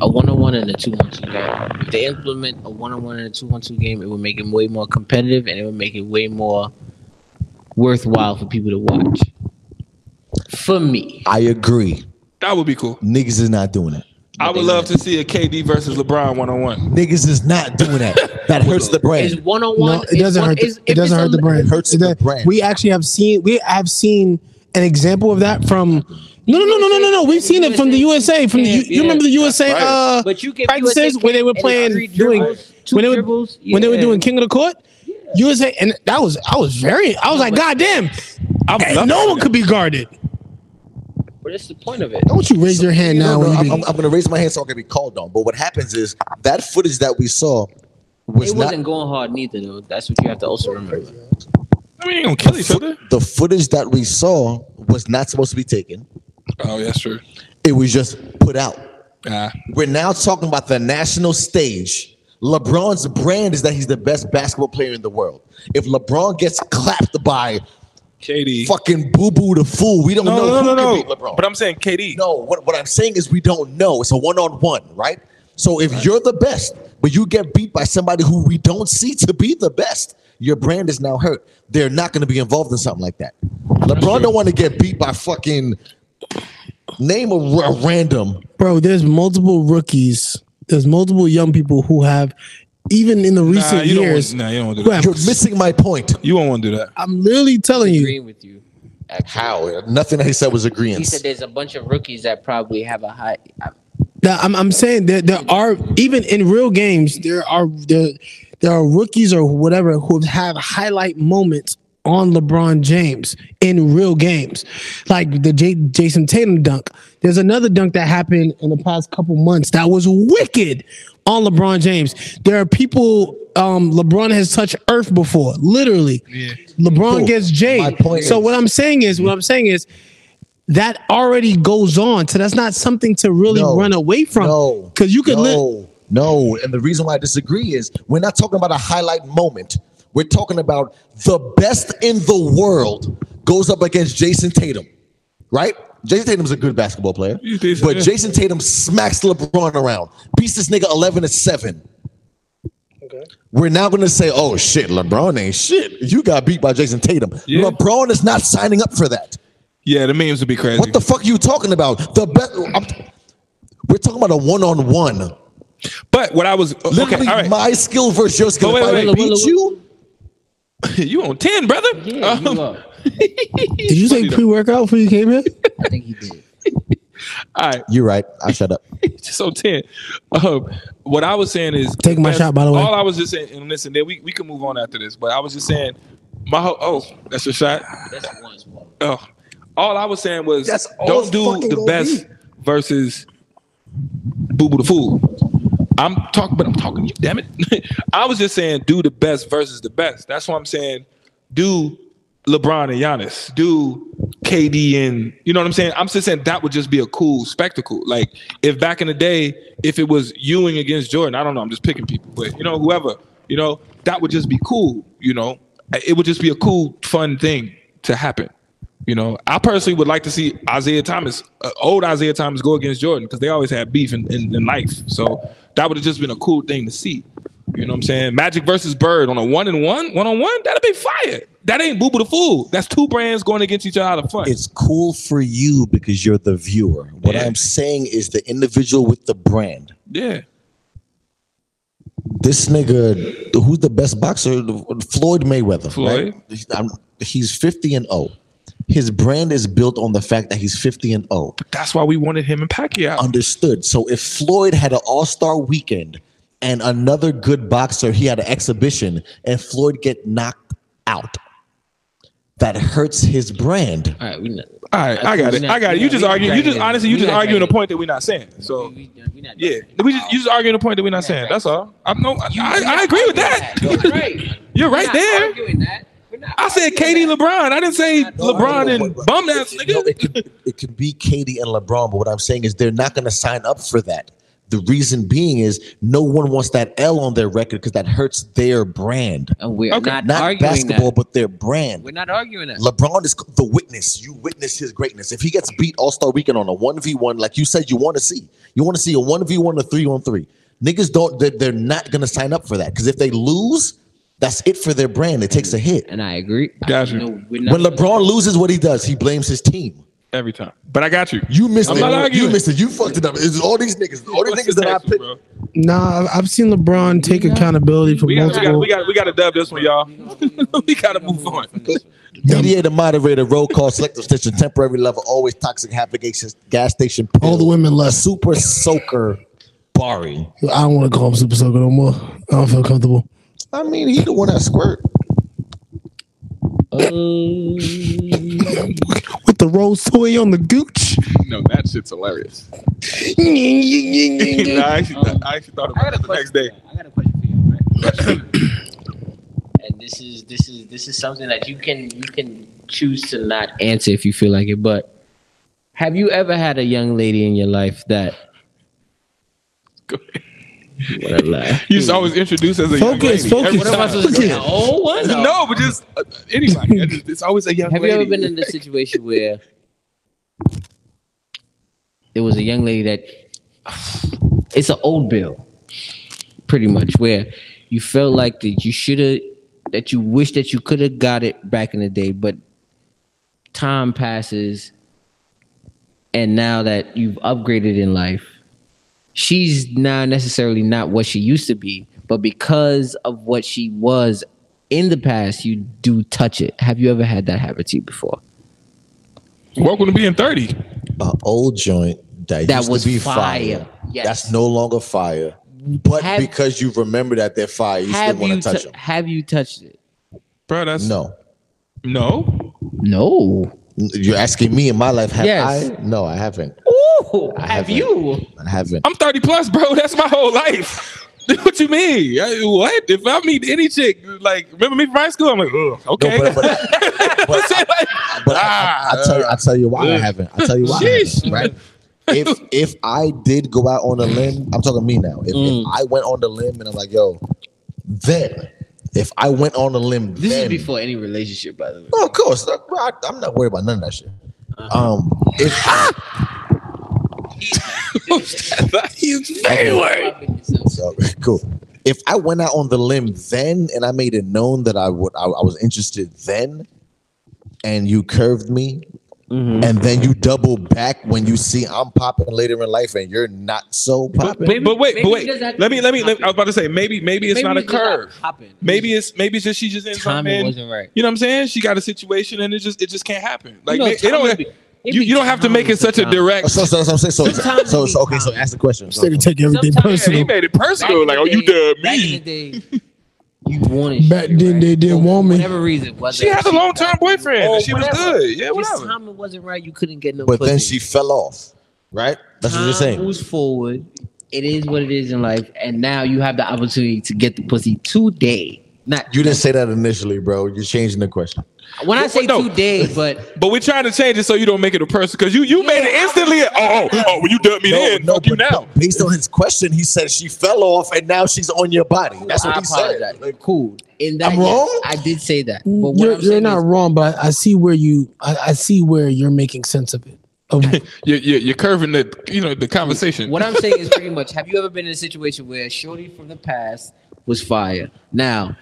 a one on one and a two on two game. If they implement a one on one and a two on two game, it would make it way more competitive, and it would make it way more worthwhile for people to watch. For me,
I agree.
That would be cool.
Niggas is not doing it.
I would love to see a KD versus LeBron one on one.
Niggas is not doing that. That hurts the
it's
brand.
one on
No,
one.
it doesn't hurt. the- it doesn't hurt the brand.
it hurts
It
the
does-
brand.
We actually have seen. We have seen an example of that from. No, no, no, no, no, no, no. We've seen it from the USA. From the, you, you remember the USA?
Right.
Uh,
But you give
practices
USA
when they were
and it's
playing-
three
doing-
dribbles, two
when they were-
dribbles,
when they were
yeah.
doing King of the Court. USA, and that was I was very I was like, God damn,
I would
hey,
love
no
to
one
see
could be guarded.
But that's the point of it.
Don't you raise your hand now?
No, no,
when you
I'm,
be-
I'm, I'm gonna raise my hand so I can be called on. But what happens is that footage that we saw was
It
not
wasn't going hard neither, though. That's what you have to also remember.
that. I mean, they gonna kill each other.
the footage that we saw was not supposed to be taken.
Oh, that's true.
It was just put out.
Ah,
We're now talking about the national stage. LeBron's brand is that he's the best basketball player in the world. If LeBron gets clapped by
KD.
fucking Boo Boo the fool, we don't
no, no,
know
no,
who
no.
can beat LeBron.
But I'm saying KD.
No, what, what I'm saying is we don't know. It's a one on one, right? So if you're the best, but you get beat by somebody who we don't see to be the best, Your brand is now hurt. They're not going to be involved in something like that. LeBron don't want to get beat by fucking name a, ra- random.
Bro, there's multiple rookies. There's multiple young people who have, even in the recent
nah, you
years.
Don't want, nah, you don't want to
who
do that.
have-
You're missing my point.
You don't want to do that.
I'm literally telling you.
Agreeing with you.
How? Nothing that he said was
He
agreeance.
said there's a bunch of rookies that probably have a high. I-
that I'm, I'm saying that there are even in real games there are there there are rookies or whatever who have highlight moments on LeBron James in real games, like the J- Jason Tatum dunk. There's another dunk that happened in the past couple months that was wicked on LeBron James. There are people um, LeBron has touched Earth before, literally. LeBron
Cool.
gets
My
Jade.
point
So
is-
what I'm saying is, what I'm saying is, that already goes on. So that's not something to really
No.
run away from.
No.
Because you could
no,
live.
no. And the reason why I disagree is we're not talking about a highlight moment. We're talking about the best in the world goes up against Jason Tatum, right? Jason Tatum's a good basketball player,
He's decent,
but
yeah.
Jason Tatum smacks LeBron around, beats this nigga eleven to seven. We're now going to say, "Oh shit, LeBron ain't shit. You got beat by Jason Tatum.
Yeah.
LeBron is not signing up for that."
Yeah, the memes would be crazy.
What the fuck are you talking about? The best. I'm- we're talking about a one-on-one.
but what I was uh, okay, all
Literally,
right.
my skill versus your skill.
But wait,
if I
wait, wait,
wait,
beat
wait.
you,
you on ten, brother?
Yeah, you
Um,
up.
Did you say
though.
pre workout before you came here?
I think he did.
all right.
you're right. I shut up.
so 10 um, what i was saying is
Taking my
that's-
shot, by the way.
all i was just saying and listen then we, we can move on after this but i was just saying my ho- oh that's a shot
That's one small.
oh all i was saying was
That's all
don't
it's
do
fucking
the
gonna
best versus boo boo the fool i'm talking but i'm talking to you damn it i was just saying do the best versus the best that's what i'm saying do LeBron and Giannis, do KD and you know what I'm saying? I'm just saying that would just be a cool spectacle. Like if back in the day, if it was Ewing against Jordan, I don't know, I'm just picking people, but you know, whoever, you know, that would just be cool, you know. It would just be a cool, fun thing to happen. You know, I personally would like to see Isaiah Thomas, uh, old Isaiah Thomas, go against Jordan because they always had beef in, in, in life. So that would have just been a cool thing to see. You know what I'm saying? Magic versus Bird on a one and one, one on one. That'd be fire. That ain't Boo Boo the Fool. That's two brands going against each other out of fun.
It's cool for you because you're the viewer. What
Yeah.
I'm saying is the individual with the brand.
yeah.
This nigga, who's the best boxer? Floyd Mayweather.
Floyd.
right? I'm- he's 50 and 0. His brand is built on the fact that he's 50 and oh. 0.
That's why we wanted him and Pacquiao.
Um, Understood. So if Floyd had an All Star weekend and another good boxer, he had an exhibition, and Floyd get knocked out, that hurts his brand.
All right, we not.
All right, I got it. I got it. You just arguing. You just honestly, you just arguing a point that we're not saying. So
we, we not
yeah, we just you just arguing a point that we're not saying. That's all. I'm no. I, I agree with
You're
that.
right.
You're
We're
right
not
there.
arguing that. We're not
I said
arguing
Katie
that.
LeBron. I didn't say
No, I
LeBron
know,
and
but- but
bum ass
it- no, it,
nigga.
could, it could be Katie and LeBron, but what I'm saying is they're not going to sign up for that. The reason being is no one wants that L on their record because that hurts their brand.
And we're
Okay.
not,
Not
arguing
basketball,
that.
but their brand.
We're not arguing that.
LeBron is the witness. You witness his greatness. If he gets beat All Star Weekend on a one v one, like you said, you want to see. You want to see a one v one, a three on three. Niggas don't. They're, they're not gonna sign up for that because if they lose, that's it for their brand. It takes a hit.
and I agree.
Gotcha.
No, we're not.
When LeBron loses, what he does, he blames his team.
Every time. But I got you.
You missed
I'm
it.
not arguing.
You missed it. You fucked it up. It's all these niggas. All these niggas that I picked.
Nah, I've- I've seen LeBron take accountability for
We got, we, got,
multiple.
we, got, we got to dub this one, y'all. we got to move on.
Mediator, moderator, roll call, selective stitcher, temporary level, always toxic, habitation, gas station.
All the
pill,
women
A
lust.
super soaker, Bari.
I don't want to call him Super Soaker no more. I don't feel comfortable.
I mean, he the one that squirt.
With the Rolls toy on the gooch.
No, that shit's hilarious. nah, I, actually, I actually thought
I
about
got a
it the
question.
next day.
for y'all. I got a question for you, right? and this is this is this is something that you can you can choose to not answer if you feel like it. But have you ever had a young lady in your life that?
Go ahead.
What a lie.
You just always introduce as a young
Focus,
lady.
focus.
Every
What
What am I
time.
supposed to do? An old one?
No, but just uh, anybody. I just- it's always a young
Have you
lady.
ever been in this situation where there was a young lady that it's an old bill, pretty much, where you felt like that you should have that you wish that you could have got it back in the day, but time passes, and now that you've upgraded in life, she's now necessarily not what she used to be, but because of what she was in the past, you do touch it. Have you ever had that happen to you before?
Welcome to being 30.
An old joint that,
That
used
was
to be
fire.
fire.
Yes.
That's no longer fire. But
Have-
because you remember that they're fire, you still
have
want
you
to touch
tou-
them.
have you touched it?
Bro, that's
No.
no.
No.
You're asking me in my life, have
Yes.
I? No, I haven't.
Ooh,
I
have
haven't.
you?
I haven't.
I'm 30 plus, bro. That's my whole life. what you mean? I- what? If I meet any chick, like remember me from high school? I'm like, ugh, okay.
No, but, but, but
Say, like,
But I, I, I tell you, I tell you why I
Ugh.
haven't. I tell you why. I
Sheesh.
haven't, right? If if I did go out on a limb, I'm talking me now. If,
Mm.
if I went on the limb and I'm like, yo, then if I went on the limb,
This
then,
is before any relationship, by the way.
Oh, of course, I, am not worried about none of that shit.
Uh-huh.
Um, if
Ah!
he's very worried.
so, cool. If I went out on the limb then and I made it known that I would, I, I was interested then, and you curved me,
Mm-hmm.
and then you double back when you see I'm popping later in life and you're not so
But,
popping.
but wait,
maybe
but wait.
he does have to
Let me,
be
let me. Let, I was
confident.
about to say maybe, maybe it's not a curve. Maybe it's maybe it's just she just in
timing
something.
wasn't right.
You know what I'm saying? She got a situation and it just it just can't happen. Like
know,
it- it don't.
timing be- it
you,
be
you don't have to make it
timing
such a
sometimes.
direct.
So, so, so, so, so, so,
Sometimes
so,
we-
so okay, so ask the question. So,
Instead of taking everything
Sometimes-
Yeah, he
personal.
made it
Back in
personal.
the
Like, oh, you
day-
dub
back
me.
in the day, You wanted
Back
shit,
then
right?
they didn't
For
want me.
Whatever reason, whether
She had a long term
got-
boyfriend.
or
and she was
whatever.
good. Yeah,
Just
whatever.
timing wasn't right. You couldn't get no.
but then
pussy.
she fell off, right? That's what you're
Time
saying.
Moves forward. It is what it is in life, and now you have the opportunity to get the pussy today. Not
You didn't say that initially, bro. You're changing the question.
when I
Well,
say
no.
today, but
But we're trying to change it so you don't make it a person because you you made it instantly. a- Oh, oh, oh, well, you dubbed me then. Fuck you
but
now.
no, based on his question, he said she fell off and now she's on your body. That's what
I
he said.
apologize. cool. In that,
I'm wrong?
yes, I did say that. But what
You're,
I'm
you're
saying
not
is,
wrong, but I see where you. I, I see where you're making sense of it. Of,
You're, you're, you're curving the you know the conversation.
What I'm saying is pretty much: Have you ever been in a situation where shorty from the past was fire? Now,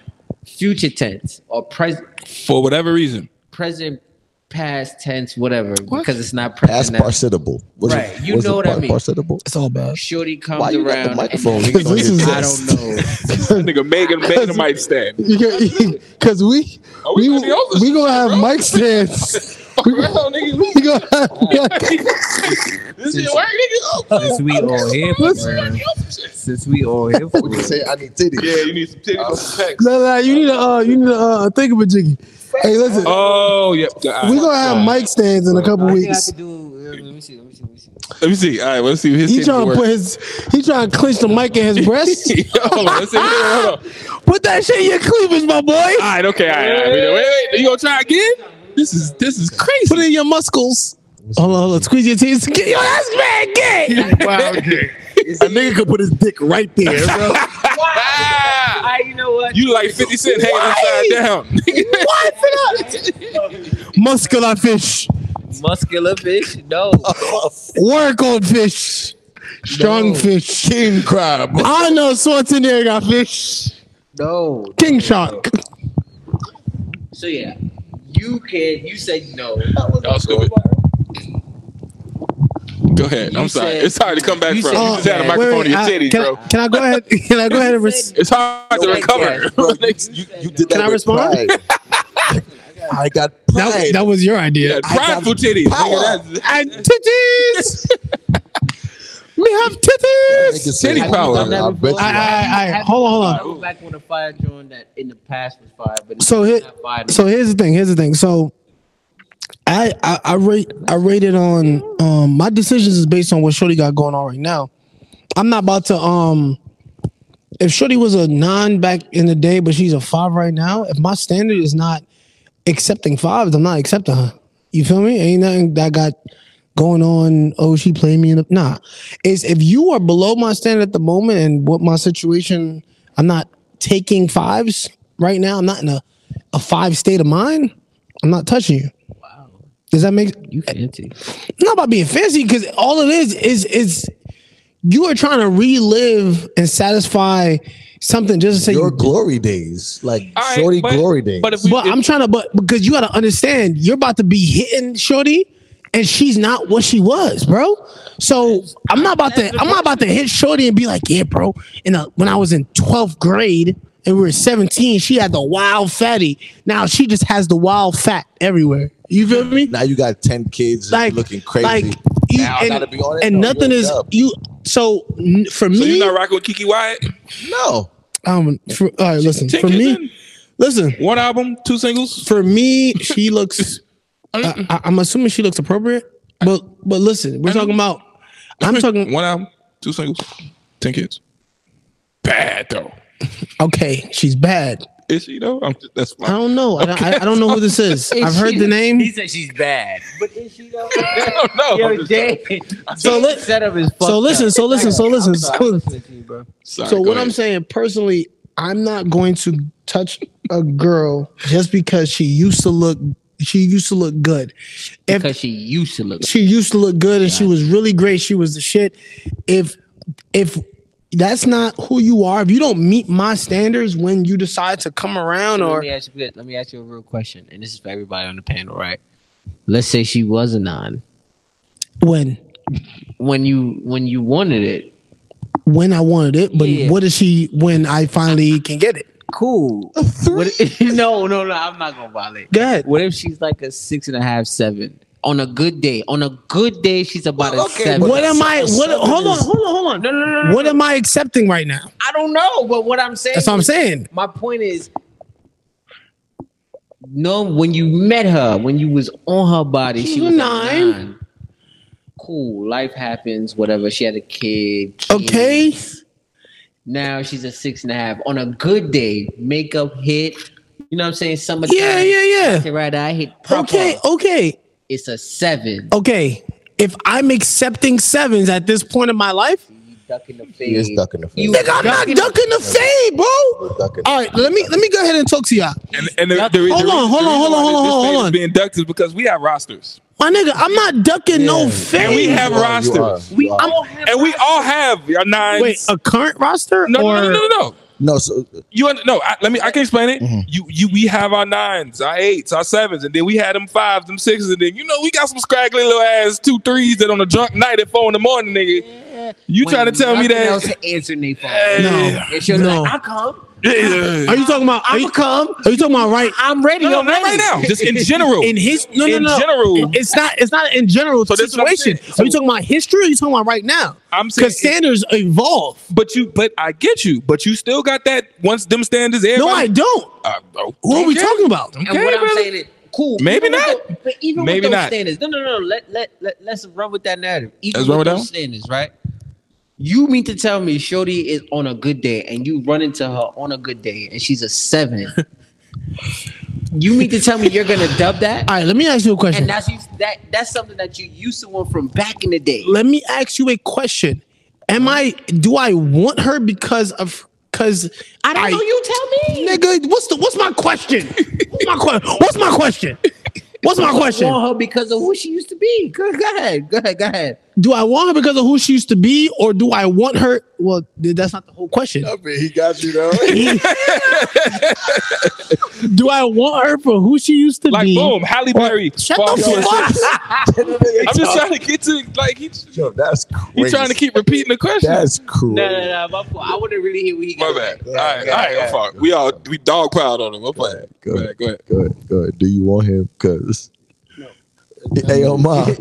future tense or present,
for whatever reason.
present, past tense, whatever, because it's not
That's
present. now.
parsitable. Was
Right, you know what I
par-
mean.
Parsitable?
it's all bad.
Shorty comes
Why you got the
around.
microphone?
and-
You know
This
your
is-
I
chest.
don't know.
That nigga Megan Megan might stand.
Because we
Are we
we
gonna be over
we gonna
shit,
have
bro?
mic stands.
Fuck around, nigga. We-
We gonna have, we gonna-
This shit work, nigga. Oh,
Since we all here for it, since we all here for
You
it,
say I need titties.
yeah, you need some titties, some pecs.
no, no, you need a uh, you need a uh, think of a jiggy. Hey, listen,
Oh, yep. Yeah.
we gonna have mic stands in a couple
I think I
weeks.
could do. uh, Let me see. Let me see. Let me see.
Let me see. All right, let's see. His
He
titties
trying to
work.
put his he trying to clench the mic in his breast.
hold on, let's see. Hold on.
put that shit in your cleavage, my boy.
All right, okay. All right, all right. Wait, wait, wait. You gonna try again? This is this is crazy.
Put it in your muscles. Hold on, hold on. Squeeze your teeth. Get your ass back, gay.
A nigga could put his dick right there, bro.
Ah!
I, you know what?
You like 50 Cent hanging upside down.
Muscular fish.
Muscular fish? No.
Work on fish. Strong
No.
fish.
King crab.
I know Schwarzenegger got fish.
No.
King shark.
So yeah. You can you said no.
Y'all stupid. Go ahead.
You
I'm sorry.
said-
it's hard to come back
you
from.
said-
you just had a
Oh,
microphone in your
I-
titties, bro.
uh, can, I, can I go ahead? Can I go ahead and res-
it's hard to
Yo,
recover.
Bro, you, you did that
Can I
with
respond?
pride. I got pride.
that, that was your idea.
Yeah, prideful titties.
power.
Nigga, that's-
And titties. we have titties.
Titty
I-
power.
I bet you
I, I, I, hold on, hold on.
I was back with a fire joint that in the past was fire, but
So hit-
it's not fire
So here's the thing. Here's the thing. So I I, I rate I rate it on um my decisions is based on what Shorty got going on right now. I'm not about to um if Shorty was a nine back in the day, but she's a five right now. If my standard is not accepting fives, I'm not accepting her. You feel me? Ain't nothing that got going on. Oh, she played me in the nah. It's if you are below my standard at the moment and what my situation, I'm not taking fives right now. I'm not in a a five state of mind, I'm not touching you.
Wow.
Does that make
You fancy.
not about being fancy? Because all it is is is you are trying to relive and satisfy something just to say
Your
you
glory days, like
All right,
shorty
but-
glory days.
But if we,
But
if-
I'm trying to, but because you got to understand, you're about to be hitting Shorty, and she's not what she was, bro. So I'm not about to, I'm not about to hit Shorty and be like, yeah, bro. And uh, when I was in 12th grade and we were 17, she had the wild fatty. Now she just has the wild fat everywhere. You feel me?
now you got ten kids,
Like
like looking crazy.
like you,
Now I
and,
gotta be on it?
and
No,
nothing
you're
is
up.
you. So n- for
so
me,
you're not rocking with Kiki Wyatt?
no,
um, for, all right, listen,
Ten
for
kids
me,
in?
listen,
one album, two singles.
for me, she looks. I, I- I'm assuming she looks appropriate, but but listen, we're talking about. I'm talking.
one album, two singles, ten kids. Bad though.
Okay, she's bad.
Is she though? I'm just, that's
I
fine.
don't know. I, don't- I, I don't know who this is. I've heard the
He
name.
said she's bad.
But is she though?
I don't know. I'm
Yo,
just-
Jay.
So let-
setup is fucked
So listen.
up.
So listen. So listen. So,
Sorry,
so
go
what
ahead.
I'm saying personally, I'm not going to touch a girl just because she used to look. She used to look good. If
because she used to look.
she used to look good and she was really great. She was the shit. If if that's not who you are, if you don't meet my standards when you decide to come around
Let
or
me ask you. Let me ask you a real question, and this is for everybody on the panel, right? Let's say she was a nine
when
when you when you wanted it.
when I wanted it, but
Yeah.
what is she when I finally can get it?
Cool. What, no, no, no. I'm not gonna violate.
Go ahead.
What if she's like a six and a half, seven? On a good day, on a good day, she's about
Well,
a
okay,
seven.
but-
What am I what hold on, hold on, hold on.
No, no, no, no.
What am I accepting right now?
I don't know, but what I'm saying.
That's what I'm
is-
saying.
My point is, no. When you met her, when you was on her body, she
She was
was a
nine.
nine. Cool. Life happens. Whatever. She had a kid. kids.
Okay.
Now she's a six and a half. On a good day, makeup hit. You know what I'm saying? Summertime.
Yeah, yeah, yeah.
Right. I hit. Proper.
Okay, okay,
It's a seven.
okay. If I'm accepting sevens at this point in my life,
You duck in the
he
face.
is stuck in the face.
You-
nigga, I'm not ducking the fade, bro.
Ducking.
Oh,
All right, let me let me go ahead and talk to y'all.
And, and the, the, the,
Hold
the,
on, hold
the reason
on, hold
why
on, hold on,
this
hold
thing
on.
Is being ducked is because we have rosters,
My nigga, I'm not ducking no
Yeah.
fade.
and we have
You are, you are,
rosters,
you are.
and we all have our nines.
Wait, a current roster?
no,
or
no, no, no, no, no.
no, so
You under, no? I, let me. I can explain it. You, you. We have our nines, our eights, our sevens, and then we had them fives, them sixes, and then you know we got some scraggly little ass two threes that on a drunk night at four in the morning, nigga. You
When
trying to tell me
nothing Else
that?
to answer they phone.
No.
And she'll
No.
be like, I'll come.
Are you talking about? Are
I'll
you,
come.
are you talking about right
I'm ready.
No, no,
I'm
not right
ready.
now. Just in general.
in his? No, no,
In
no.
general.
It- it's not. It's not in general
So that's what I'm
situation.
saying. So-
are you talking about history? Or are you talking about right now?
I'm saying,
Because standards evolve.
but you, but I get you, but you still got that once them standards. uh,
No, I don't. Who are we talking about?
And what
brother.
I'm saying is, cool.
Maybe
even with
not.
the- but even
Maybe
with those
not.
standards, no, no, no. Let let let us run with that narrative. Even
Let's run with that
those
one.
standards, right? You mean to tell me Shorty is on a good day and you run into her on a good day and she's a seven? you mean to tell me you're gonna dub that?
All right, let me ask you a
And
question.
that's you, that that's something that you used to want from back in the day.
Let me ask you a question. Am I? Do I want her because of? Because
I don't know. You tell me.
nigga. What's the? What's my question? What's my question? What's my question? What's my question?
want her because of who she used to be. Go, go ahead, go ahead, go ahead.
do I want her because of who she used to be, or do I want her? Well, th- that's not the whole question.
I mean, he got you though.
Do I want her for who she used to
Like
be?
boom, Halle Berry.
Shut
falls to a
the fuck
six.
up.
I'm just trying to get to like he,
Yo, that's crazy.
he trying to keep repeating the question.
That's crazy.
No, no, no. My fault. I wouldn't really hear what he
My
got.
bad.
Yeah,
all right,
yeah,
all right,
yeah.
I'm fine. We all we dog piled on him. I'm fine.
Go
Go
ahead.
ahead, go ahead.
Go ahead, go ahead. Do you want him? Cause no. Hey, yo, ma.
Go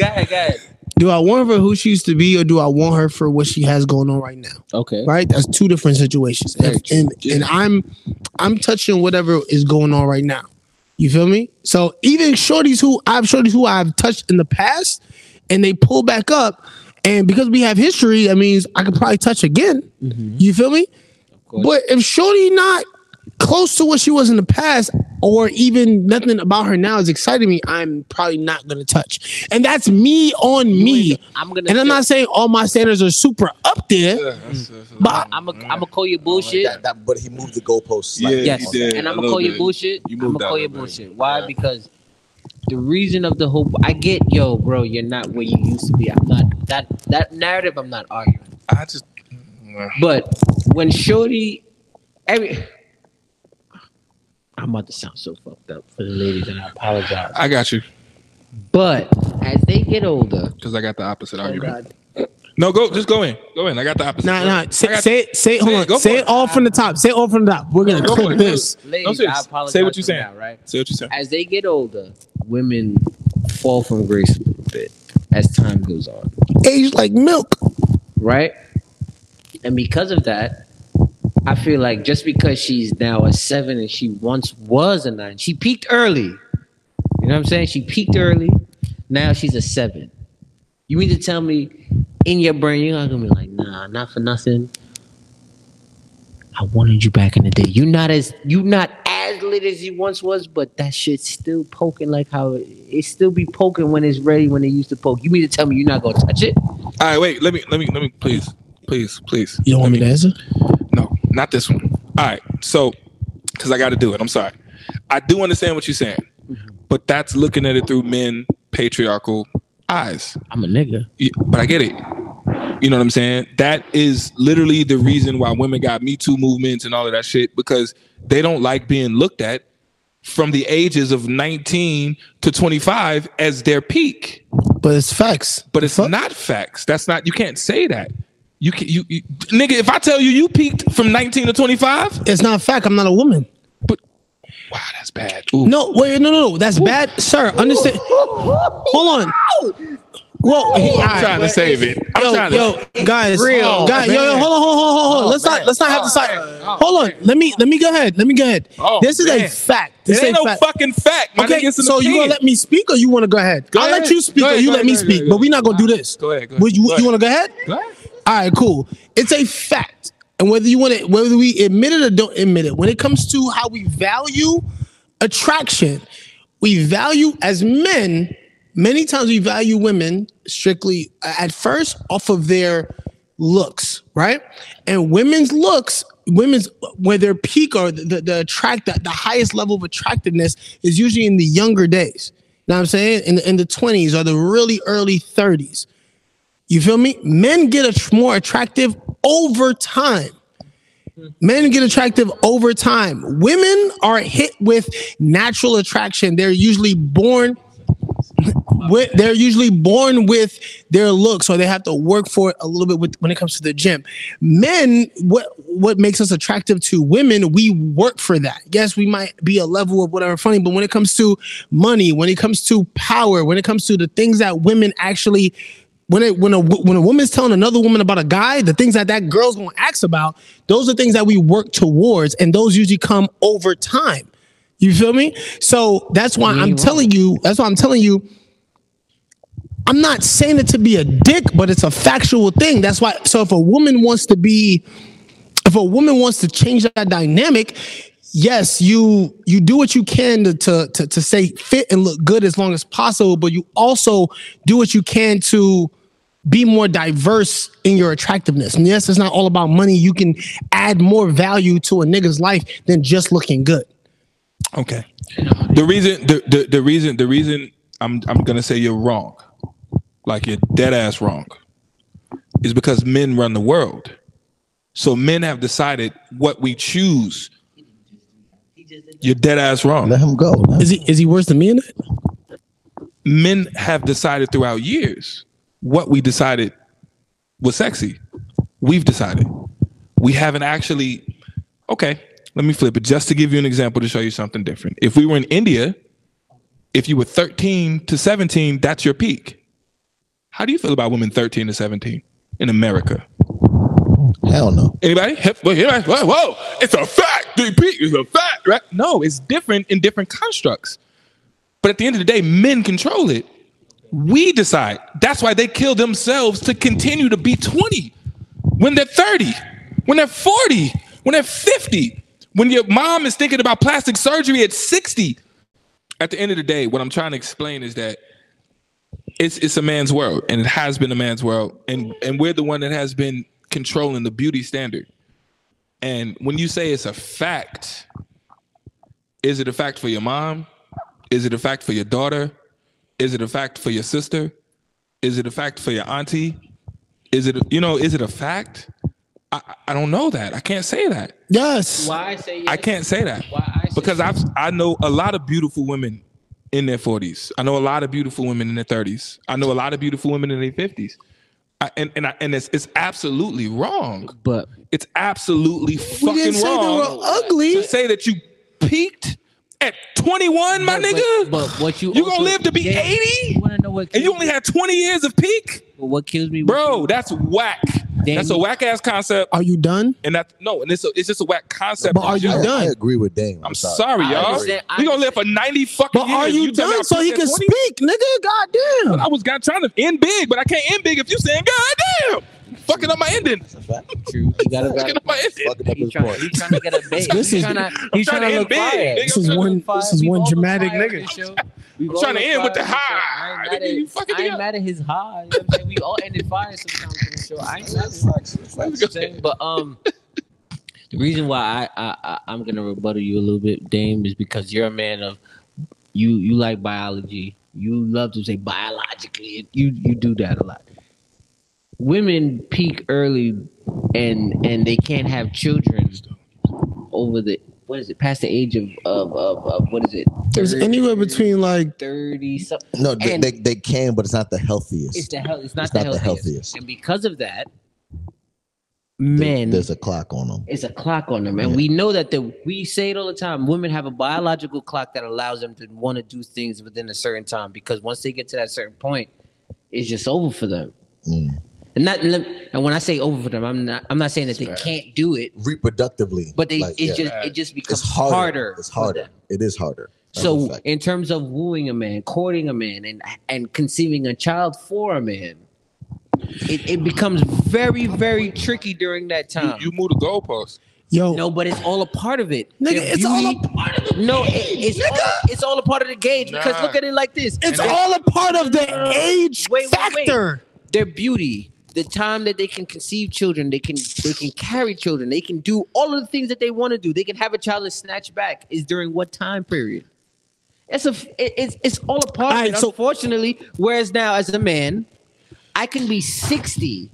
ahead, go ahead.
Do I want her for who she used to be, or do I want her for what she has going on right now?
Okay.
Right, that's two different situations.
Very
And, and, and I'm, I'm touching whatever is going on right now. You feel me? So even shorties who I've shorties who I've touched in the past, and they pull back up, and because we have history, that means I could probably touch again. You feel me?
Mm-hmm. course.
But if Shorty not close to what she was in the past, or even nothing about her now is exciting me, I'm probably not gonna touch. And that's me on me.
I'm gonna.
And I'm not saying all my standards are super up there, but
I'm
Mm.
gonna. I'm gonna call you bullshit.
That, that, but he moved the goalposts.
Yeah.
Like,
Yes.
yes.
Oh, You did,
and I'm
a
gonna call
little
you
bit.
bullshit.
You
I'm
moved
gonna
out
call
a
you
little bit.
bullshit. Why?
Yeah.
Because the reason of the whole I get yo, bro, you're not where you used to be. I'm not that that narrative I'm not arguing.
I just
But when Shorty every I'm about to sound so fucked up for the ladies and I apologize.
I got you
But as they get older,
because I Oh, got the opposite
Oh,
argument. No, go just go in. Go in. I got the opposite.
Nah, nah. Say,
I got-
say it. Say it.
Say
Hold
it, go
on. Say
for
it
it.
all from the top. Say it all from the top. We're gonna
Go for
clip
it.
this.
ladies,
serious.
I
Say
apologize.
what you
for
saying.
that, right?
Say what you said.
As they get older, women fall from grace a little bit as time goes on.
Age like milk.
right? And because of that, I feel like just because she's now a seven and she once was a nine, she peaked early. You know what I'm saying? She peaked early. Now she's a seven. You mean to tell me in your brain you're not gonna be like, nah, not for nothing. I wanted you back in the day. You're not as you not as lit as you once was, but that shit's still poking like how it, it still be poking when it's ready when it used to poke. You mean to tell me you're not gonna touch it?
All right, wait. Let me, let me, let me, please, please, please.
You don't
Let
want me to answer?
No, not this one. All right. So, because I got to do it. I'm sorry. I do understand what you're saying, but that's looking at it through men patriarchal eyes.
I'm a nigga.
Y- But I get it. You know what I'm saying? That is literally the reason why women got Me Too movements and all of that shit because they don't like being looked at from the ages of 19 to 25 as their peak.
But it's facts.
But it's not facts. That's not. You can't say that. You can. You, you nigga. If I tell you you peaked from nineteen to twenty five,
It's not fact. I'm not a woman.
wow, that's bad. Ooh.
No, wait, no, no, no. That's bad, sir. Understand? Hold on. Whoa, he-
I'm trying to save it. I'm
yo,
trying to.
yo, guys,
real,
guys, yo, yo,
man.
hold on, hold on, hold on, hold on. let's not, let's not have this. hold on, let me, let me go ahead, let me go ahead.
Oh,
this is a
man.
fact. This
It ain't
a
no
fact.
fucking fact. My
okay,
nigga, it's an
so you gonna
opinion.
let me speak or you want to go ahead?
Go
I'll
ahead.
let you speak
Go
or
ahead,
you
go
let
ahead,
me
go ahead,
speak,
go ahead.
but we're not gonna do this.
Go ahead, go
Would you,
ahead.
you want to go ahead?
Go ahead.
All right, cool. It's a fact, and whether you want to, whether we admit it or don't admit it, when it comes to how we value attraction, we value as men. Many times we value women strictly uh, at first off of their looks, right? And women's looks, women's where their peak or the the, the attract the, the highest level of attractiveness is usually in the younger days. You know what I'm saying? In the, in the 20s or the really early 30s. You feel me? Men get att- more attractive over time. Men get attractive over time. Women are hit with natural attraction. They're usually born with, they're usually born with their looks or they have to work for it a little bit with, when it comes to the gym. Men what what makes us attractive to women, we work for that. Yes, we might be a level of whatever funny, but when it comes to money, when it comes to power, when it comes to the things that women actually when it, when a wo- when a woman's telling another woman about a guy, the things that that girl's gonna ask about, those are things that we work towards, and those usually come over time. You feel me? So that's why I'm telling you. That's why I'm telling you. I'm not saying it to be a dick, but it's a factual thing. That's why. So if a woman wants to be, if a woman wants to change that dynamic, yes, you you do what you can to to to, to stay fit and look good as long as possible, but you also do what you can to be more diverse in your attractiveness. And yes, it's not all about money. You can add more value to a nigga's life than just looking good.
Okay. The reason the, the the reason the reason I'm I'm gonna say you're wrong, like you're dead ass wrong, is because men run the world. So men have decided what we choose. You're dead ass wrong.
Let him go.
Is he is he worse than me in it?
Men have decided throughout years what we decided was sexy. We've decided. We haven't actually okay, let me flip it just to give you an example to show you something different. If we were in India, if you were 13 to 17, that's your peak. How do you feel about women 13 to 17 in America?
Hell no.
Anybody? Hip- wait, anybody? Whoa, whoa, it's a fact. The peak is a fact, right? No, it's different in different constructs. But at the end of the day, men control it. We decide. That's why they kill themselves to continue to be 20 when they're 30, when they're 40, when they're 50, when your mom is thinking about plastic surgery at 60. At the end of the day, what I'm trying to explain is that it's it's a man's world and it has been a man's world and and we're the one that has been controlling the beauty standard and when you say it's a fact is it a fact for your mom Is it a fact for your daughter? Is it a fact for your sister? Is it a fact for your auntie? Is it you know? Is it a fact? I, I- I don't know that. I can't say that.
Yes.
Why I say yes?
I can't say that
Why I say
because I've I know a lot of beautiful women in their forties. I know a lot of beautiful women in their thirties. I know a lot of beautiful women in their fifties. And and I, and it's it's absolutely wrong.
But
It's absolutely
We
fucking
didn't say
wrong
they were ugly.
to say that you peaked at 21, my
but,
nigga.
But, what you
you gonna
also-
live to be
yeah,
80,
You wanna know what?
and you
kills
only
me?
had 20 years of peak,
what kills me,
bro. That's whack.
Damn.
That's a whack ass concept,
Are you done?
and that no, and it's a, it's just a whack concept.
But are you
I,
done?
I agree with Dame.
I'm sorry,
I
y'all.
understand- I
We gonna live for 90 fucking
But
years.
are you,
tell me
done
I
so he
peaked
can
at 20?
speak, nigga? Goddamn.
I was got trying to end big, but I can't end big if you saying God damn, fucking up my ending,
True. You gotta
fucking up my ending.
Fucking up
He's
his
trying,
point.
he's trying to get a big.
This
He's
is-
trying to, he's
trying
trying
to
to
end
look
big,
fire.
nigga.
This is one. This is one dramatic nigga.
I'm trying to end with the high.
I
Nigga,
ain't, mad at,
you fucking
I
up.
ain't mad at his high. You know what I'm saying? We all ended fire sometimes in the show. I ain't mad at
Let's go.
saying? But um, the reason why I, I, I I'm gonna rebuttal you a little bit, Dame, is because you're a man of you you like biology. You love to say biologically. You you do that a lot. Women peak early, and and they can't have children over the what is it past the age of of of, of what is it?
There's anywhere between like
thirty something.
No, they,
And-
they, they can, but it's not the
It's
healthiest.
the hell. It's not,
It's
the,
not the
healthiest.
healthiest.
And because of that,
There-
men
There's a clock on them.
it's a clock on them, and
Yeah.
we know that. The we say it all the time. Women have a biological clock that allows them to want to do things within a certain time because once they get to that certain point, it's just over for them.
Mm.
And not and when I say over for them, I'm not I'm not saying that they can't do it,
Reproductively.
but they
like,
it's
yeah.
just it just becomes
it's harder.
harder.
It's
for
harder.
them.
It is harder. That's a
So
fact.
in terms of wooing a man, courting a man, and and conceiving a child for a man, it, it becomes very very tricky during that time.
You move the goalpost.
yo.
No, but it's all a part of it.
Nigga,
The
it's all
beauty-
a part of the
No, it, it's
nigga.
all, it's all a part of the gauge because
Nah.
look at it like this:
It's
their,
all a part of the age
Wait, wait, wait.
factor.
their beauty, the time that they can conceive children, they can they can carry children, they can do all of the things that they want to do. They can have a child and snatch back. Is during what time period? It's a f- it, it's it's all a part
Alright,
of it.
so-
unfortunately, whereas now as a man, I can be sixty.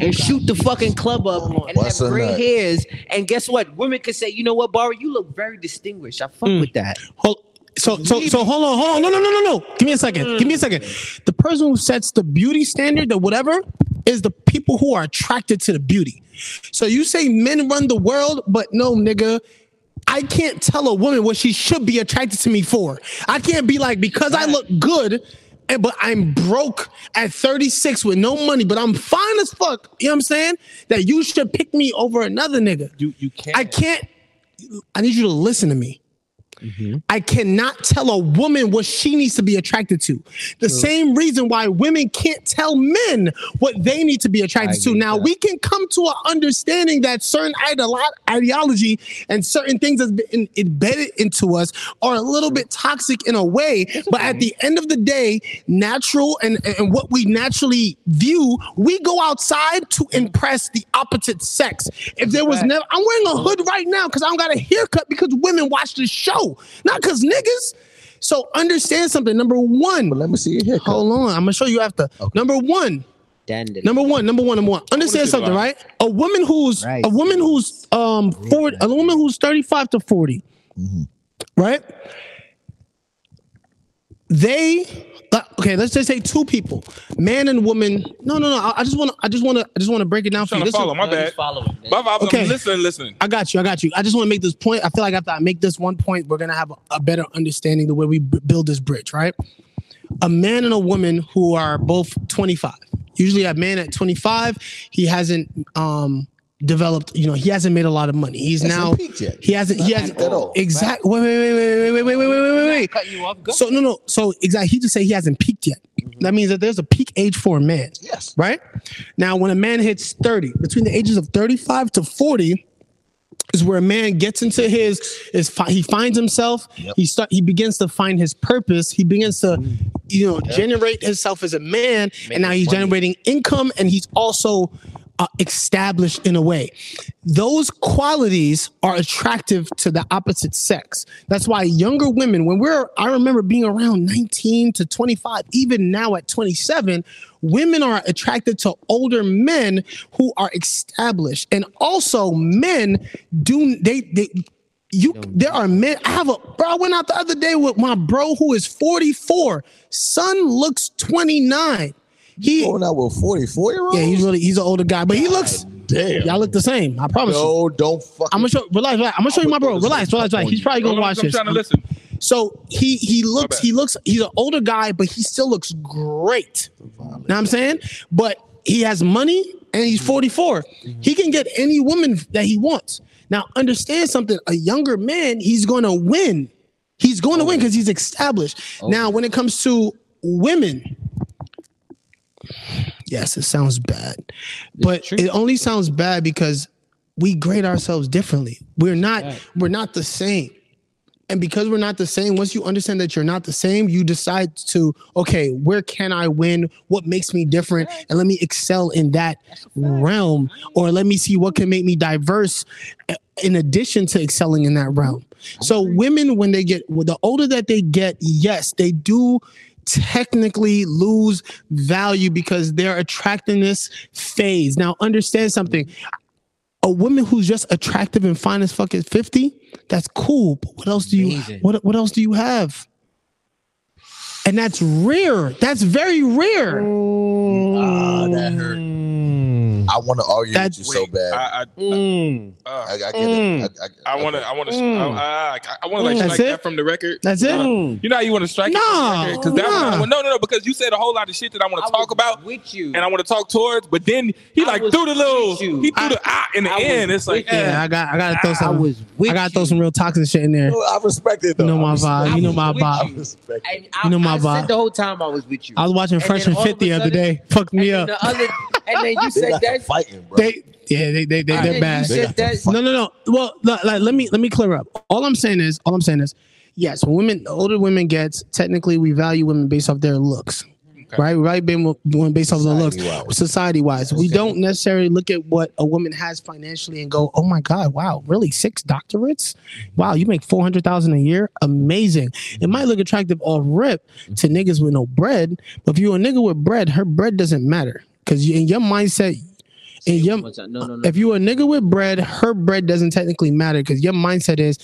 And shoot the fucking club up and
What's
have
in
gray
that?
hairs. And guess what? Women can say, you know what, Barry, you look very distinguished. I
Hmm.
fuck with that.
Hold, so so so hold on, hold on. No no no no no. Give me a second. Give me a second. The person who sets the beauty standard, the whatever, is the people who are attracted to the beauty. So you say men run the world, but no nigga. I can't tell a woman what she should be attracted to me for. I can't be like because I look good, and but I'm broke at 36 with no money, but I'm fine as fuck. You know what I'm saying? That you should pick me over another nigga.
You you can't.
I can't. I need you to listen to me. I cannot tell a woman what she needs to be attracted to. The same reason why women can't tell men what they need to be attracted to. Now we can come to an understanding that certain idol- ideology and certain things that's been embedded into us are a little bit toxic in a way. But at the end of the day, natural and, and what we naturally view, we go outside to impress the opposite sex. If there was never, I'm wearing a hood right now because I don't got a haircut because women watch the show, not because niggas. So understand something. Number one,
But let me see your haircut.
hold on, I'm gonna show you after. Number one,
Dandelion.
number one, number one, number one. Understand
see
something,
Glock.
right? A woman who's
Right.
a woman who's um forty, a woman who's thirty five to 40 right? They uh, okay. Let's just say two people, man and woman. No, no, no. I, I just want to. I just want to. I just want to break it down for
trying to
you. This is-
follow. My
No,
bad.
just follow him, man.
My bad.
Okay.
I'm listening. Listening.
I got you. I got you. I just want to make this point. I feel like after I make this one point, we're gonna have a, a better understanding the way we b- build this bridge, right? A man and a woman who are both 25. Usually, a man at 25, he hasn't um developed. You know, he hasn't made a lot of money. He's
That's
now
not peaked yet.
he hasn't. He
Not
hasn't
at all.
Exactly. Wait, wait, wait, wait, wait, wait, wait, wait, wait, wait, wait.
Cut you off. Go.
So no, no. So exactly, he just said he hasn't peaked yet. That means that there's a peak age for a man,
Mm-hmm. Yes.
right? Now, when a man hits thirty, between the ages of thirty-five to forty, is where a man gets into his is fi- he finds himself.
Yep.
He start he begins to find his purpose. He begins to, you know, generate himself as a man, and now he's generating income, and he's also uh, established in a way. Those qualities are attractive to the opposite sex. That's why younger women, when we're, I remember being around 19 to 25, even now at 27, women are attracted to older men who are established. And also, men do, they, they, you, there are men. I have a bro. I went out the other day with my bro who is 44. Son looks 29. He,
Going out with 44 year old?
yeah, he's really he's an older guy, but he looks
Damn.
y'all look the same. I promise you.
no, don't fucking.
I'm gonna show relax, relax. I'm gonna show you my bro. Relax, relax, relax. He's probably
Hold
gonna
on,
watch
I'm
this.
trying to listen.
So he he looks
bad.
he looks he's an older guy, but he still looks great. Know what I'm saying? But he has money and he's 44. He can get any woman that he wants. Now understand something. A younger man, he's gonna win. He's going to win because he's established. Now, when it comes to women, yes, it sounds bad, but it only sounds bad because we grade ourselves differently. We're not we're not the same. And because we're not the same, once you understand that you're not the same, you decide to, okay, where can I win? What makes me different? And let me excel in that realm, or let me see what can make me diverse eh, in addition to excelling in that realm. So, women, when they get, well, the older that they get, yes, they do technically lose value because their attractiveness fades. Now, understand something a woman who's just attractive and fine as fuck at 50, that's cool. But what else do you
Amazing.
what what else do you have? And that's rare. That's very rare.
Ah, that hurt. I want to argue
Mm. That- Mm.
with you so bad.
I, I, uh,
I, I get it. I, I,
I want to. I want to. I, I, I want to like
That's
strike
it?
that from the record.
That's it.
You know how you want to strike it from
Nah,
the record? 'Cause that was-
nah.
no, no, no. Because you said a whole lot of shit that I want to talk about
with you.
and I want to talk towards, but then he
I
like
was
threw the little.
with you.
He threw the ah in the
I was
end. It's like
with you.
eh.
Yeah, I got I gotta throw
I
some
was with
I gotta throw
you.
some real toxic shit in there.
No, I respect it though.
You know
I
my
respect
vibe. You
it.
know my
I was
I
vibe.
respect it.
And I,
You know my
I
vibe.
Said the whole time I was with you.
I was watching
And
Fresh
then
and
all
Fit
of a
the other
sudden-
day. Fucked
and
me
then
up.
the other, and then you
They
said
got to
that.
fighting, bro.
They yeah, they they, they
and
they're
then
bad.
You said
They got
that.
No, no, no. Well, like, like, let me let me clear up. All I'm saying is, all I'm saying is, yes, when women, the older women gets, technically we value women based off their looks, right? We value women women based off their looks,
Society-wise.
society wise. We don't necessarily look at what a woman has financially and go, oh my god, wow, really six doctorates? Wow, you make four hundred thousand a year, amazing. It might look attractive off rip to niggas with no bread, but if you're a nigga with bread, her bread doesn't matter because in your mindset. In your,
No, no, no.
if you a nigga with bread, her bread doesn't technically matter because your mindset is,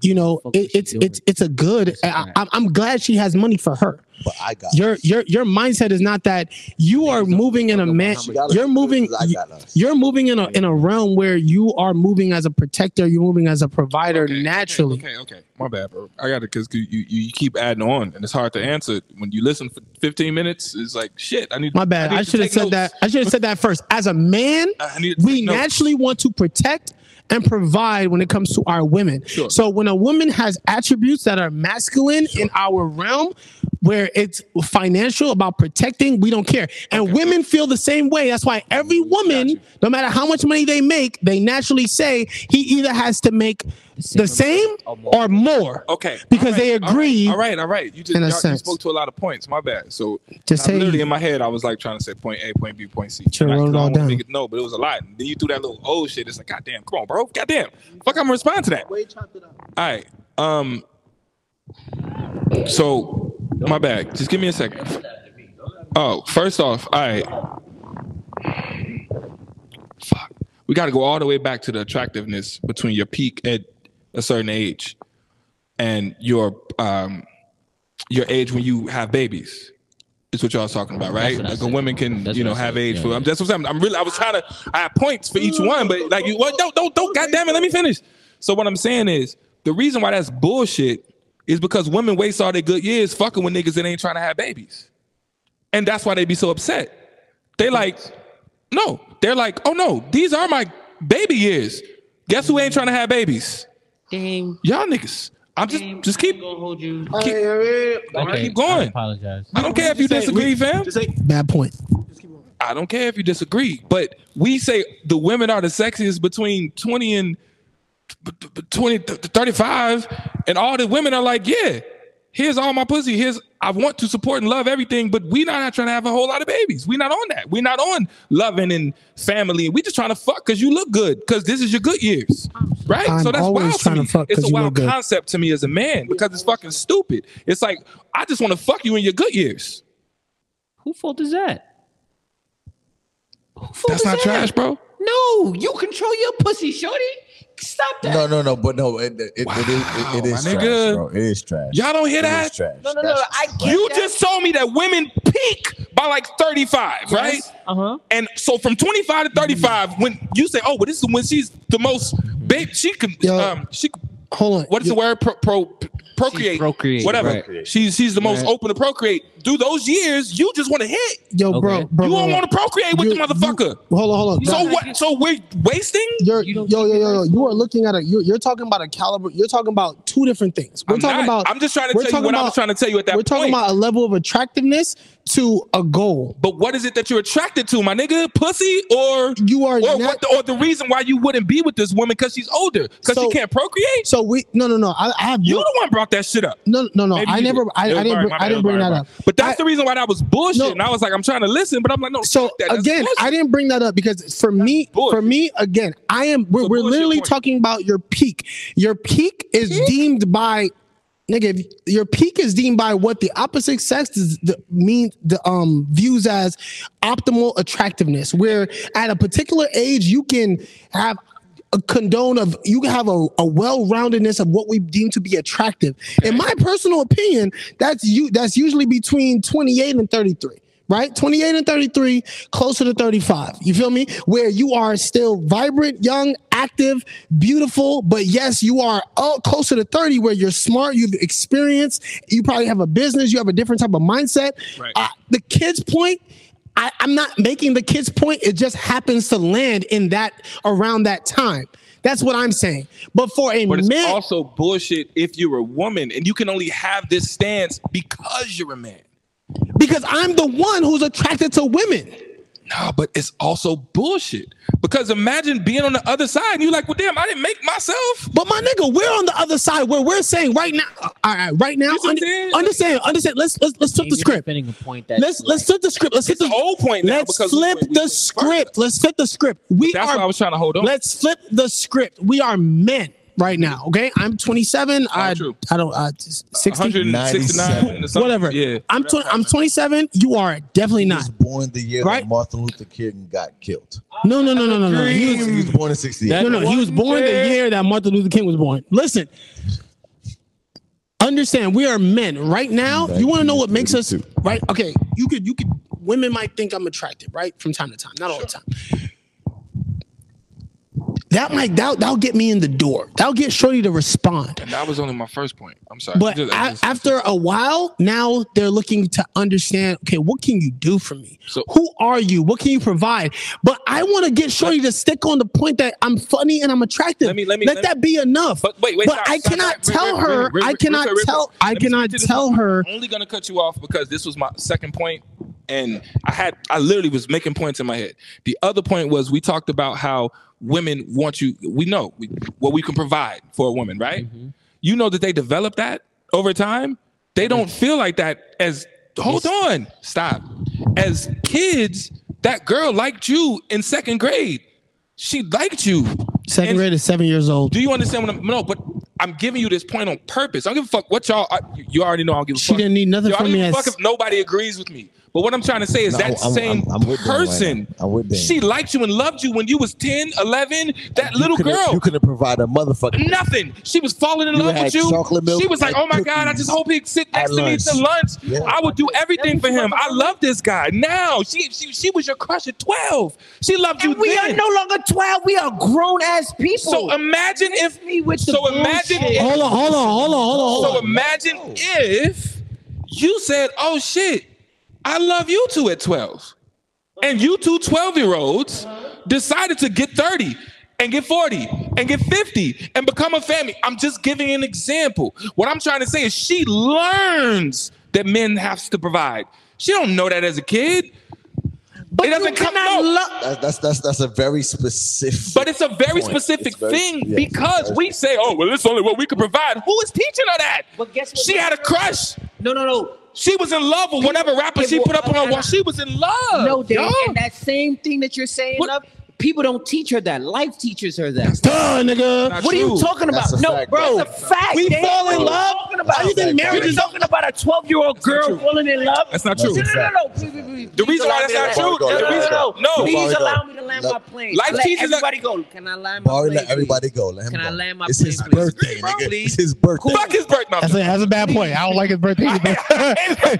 you know,
Fuck
it,
is she
it's
doing?
it's it's a good. I, I, I'm glad she has money for her.
But I got.
Your your your mindset is not that you are moving in a man.
She got us
You're moving.
because I got us.
You're moving in a in a realm where you are moving as a protector. You're moving as a provider
Okay, okay,
naturally.
Okay, okay, My bad, bro. I got it because you, you you keep adding on, and it's hard to answer when you listen for 15 minutes. It's like shit. I need.
My bad.
need
I,
to
should have
take
said
notes.
that. I should have said that first. As a man,
I need to
we
take notes.
naturally want to protect and provide when it comes to our women.
Sure.
So when a woman has attributes that are masculine in our realm, where it's financial about protecting, we don't care. And women feel the same way. That's why every
Mm,
woman, no matter how much money they make, they naturally say he either has to make the same or more.
Okay. All
Because they
all
agree
All right. All right. You just
in a
y'all- you
sense.
spoke to a lot of points. My bad. So
Just
I
say-
literally in my head, I was like trying to say point A, point B, point C.
Should've
Like,
wrote it
'cause I
all
wanna
down.
make it- no, but it was a lot. Then you threw that little old shit. It's like, God damn, come on, bro. God damn. Fuck, I'm gonna respond to that. All right. Um. So, my bad. Just give me a second. Oh, first off, all right. Fuck. We got to go all the way back to the attractiveness between your peak at a certain age and your um your age when you have babies. Is what y'all was talking about, right?
what I
Like
said.
women can,
That's
you know,
what I
have
said.
age
Yeah,
for.
yeah.
I'm just I'm, I'm really. I was trying to. I have points for each one, but like you, well, don't, don't, don't. Goddamn it, let me finish. So what I'm saying is, the reason why that's bullshit is because women waste all their good years fucking with niggas that ain't trying to have babies, and that's why they be so upset. They like, no, they're like, oh no, these are my baby years. Guess who ain't trying to have babies?
Dang.
Y'all niggas. I'm just just keep
gonna hold you.
keep,
Okay,
keep going.
I apologize.
I don't care if you disagree, fam.
Bad point.
I don't care if you disagree, but we say the women are the sexiest between 20 and b- b- 20 th- 35 and all the women are like, "Yeah, here's all my pussy. Here's I want to support and love everything, but we not trying to have a whole lot of babies. We not on that. We not on loving and family. We just trying to fuck because you look good because this is your good years, right?
I'm
so that's
always
wild to
trying to
me.
fuck
it's
'cause
a
you look
wild
good.
concept to me as a man because it's fucking stupid. It's like I just want to fuck you in your good years.
Who fault is that? Who fault
That's
is
not
that?
trash, bro.
No, you control your pussy, shorty. Stop that.
No, no, no, but no, it, it, it is, it, it
Wow,
is
my
trash,
nigga.
bro. It is trash.
Y'all don't hear
It is
that?
trash.
No, no, no,
That's-
I get
You
that.
just told me that women peak by like 35, right?
Uh huh.
And so from 25 to 35, when you say, "Oh, well, this is when she's the most big," she could,
Yo.
um, she could-
Hold on.
what is the word? Pro, pro, procreate,
procreate,
whatever.
right.
She's she's the most
Right.
open to procreate. Through those years, you just want to hit.
Yo, bro,
Okay.
bro.
you
bro,
don't
bro.
want to procreate with
You-
the motherfucker.
you- hold on, hold on.
so
Bro,
what? So we're wasting.
You're,
You
yo,
don't
yo, yo, yo. You are looking at a. You're, you're talking about a caliber. You're talking about two different things. We're
I'm
talking
not.
about.
I'm just trying to
we're
tell you what
talking
I was
about-
trying to tell you at that
we're
point.
talking about a level of attractiveness to a goal.
but what is it that you're attracted to, my nigga? Pussy or
You are
or
not-
what the, or the reason why you wouldn't be with this woman because she's older because
So-
she can't procreate
So we no no no. I, I have
you the one brought that shit up
no no no.
Maybe
I
you
never.
did.
I,
It was
I didn't.
Byron,
Bring,
my
I
bad,
didn't bring that
Byron,
up.
Byron. but that's
I-
the reason why that was bullshit
No.
and i was like i'm trying to listen but i'm like no
So
fuck that. That's
again,
bullshit.
I didn't bring that up because for me,
bullshit.
for me, again, I am. We're,
a
we're
bullshit
literally
point.
talking about your peak. Your peak is deemed by, nigga. if- Your peak is deemed by what the opposite sex is the, mean the um views as optimal attractiveness. Where at a particular age, you can have. A condone of you can have a, a well-roundedness of what we deem to be attractive. In my personal opinion, that's you that's usually between 28 and 33 right? 28 and 33, closer to 35. You feel me? Where you are still vibrant, young, active, beautiful, but yes, you are all closer to 30 where you're smart, you've experienced, you probably have a business, you have a different type of mindset.
Right.
Uh, the kids point I, I'm not making the kid's point. It just happens to land in that around that time. That's what I'm saying. But for a
but it's
man,
also bullshit if you're a woman and you can only have this stance because you're a man
because I'm the one who's attracted to women.
no but it's also bullshit because imagine being on the other side and you're like well damn i didn't make myself
But my nigga, we're on the other side where we're saying right now, uh, all right, right now,
what I'm
under-
saying?
understand, understand. Let's let's let's flip the script.
Defending a point that
Let's let's flip the script. Let's flip
it's the
the
whole point now
let's
because we
flip
went- we
the
went
script. Let's flip the script. We
that's why i
are
was trying to hold on
let's flip the script. We are men right now. Okay, I'm 27. I
true.
I don't uh, 60.
169 or something.
Whatever.
yeah
I'm tw- I'm 27. You are definitely
He
not.
was born the year
Right?
that Martin Luther King got killed.
No no no no no no. He was
He was born in 68.
No, no, he was born the year that Martin Luther King was born. Listen, understand, we are men right now. You want to know what makes us right? Okay, you could, you could. Women might think I'm attractive, right, from time to time, not all the time. That might that that'll get me in the door. That'll get Shorty to respond.
that was only my first point i'm sorry
But a- after a while, now they're looking to understand. Okay, what can you do for me?
So-
Who are you? What can you provide? But I want to get Shorty to stick on the point that I'm funny and I'm attractive.
Let me- let me- let me-
that be enough.
But wait, wait.
But
stop,
I
stop,
cannot
stop.
tell
Wait, wait,
her-
wait, wait,
I
wait,
cannot
wait, wait.
tell- I
Let me
cannot
speak to this.
tell her-
I'm only gonna cut you off because this was my second point, and I had I literally was making points in my head. The other point was we talked about how women want you. We know we, what we can provide for a woman, right? You know that they develop that over time. They don't feel like that as. Hold on, stop. As kids, that girl liked you in second grade. She liked you.
Second
And-
grade is seven years old.
Do you understand what I'm? No, but I'm giving you this point on purpose. I don't give a fuck what y'all. I, you already know I don't give a
She
fuck.
didn't need nothing
Y'all
from
don't
me
give a
as-
fuck if nobody agrees with me. But what I'm trying to say is
No,
that
I'm- I'm-
same
I'm- I'm with them right
person,
now. I'm with them.
she liked you and loved you when you was 10, 11, that
You
little
coulda-
girl.
You could have provided a motherfucker.
Nothing. She was falling in
You
love
had
with you.
chocolate milk
She was like,
and
"Oh my god, I
cookies
just hope he sit
at
next to me to lunch.
Yeah.
I would do everything for him. I love this guy." Now she she, she was your crush at twelve. She loved you
and we
then.
are no longer 12. We are grown ass people.
so um, imagine if
me with the
so imagine
bullshit.
if-
Hold on, hold on, hold on, hold on,
Oh,
hold on.
So imagine if you said, "Oh shit, I love you two at 12," and you two 12-year-olds decided to get 30 and get 40 and get 50 and become a family. I'm just giving an example. What I'm trying to say is she learns that men have to provide. She don't know that as a kid.
but
it doesn't
you
come-
cannot
no.
love-
That's, that's that's that's a very specific.
But it's a very
point.
specific
It's very-
thing
yes,
because
it's very-
we say, "Oh, well, it's only what we could provide." Who is teaching her that?
But guess what?
She had a crush.
No, no, no.
She was in love with whatever rapper she put up on her wall. She was in love.
No, Dave,
y'all.
and that same thing that you're saying
What?
of people don't teach her that. Life teaches her that.
Duh, nigga.
Not
What are you
true.
talking about?
That's a
No,
fact,
bro.
bro.
That's a fact.
We
Dave.
fall in
What are you
love?
Talking about? You think
That's a fact,
marriage is
bro.
talking about a 12 year old girl
true.
falling in love?
That's not
No,
true.
no,
That's a
no,
fact.
no. Please, please, please.
The reason
allow
why
me
that's
to
not
Before
true. The
we go,
reason,
let's
No,
no,
go. Before
Please
we go.
allow me to land my
Let-
plane.
Life
Let
teaches us-
everybody go. Can I land my
Barry,
plane?
let everybody
please?
go. Let him
Can I
go.
land my
It's his
plane, please?
birthday,
Bro,
nigga.
please.
It's his birthday.
fuck his birthday.
That's a, that's a bad point. I don't like his birthday. At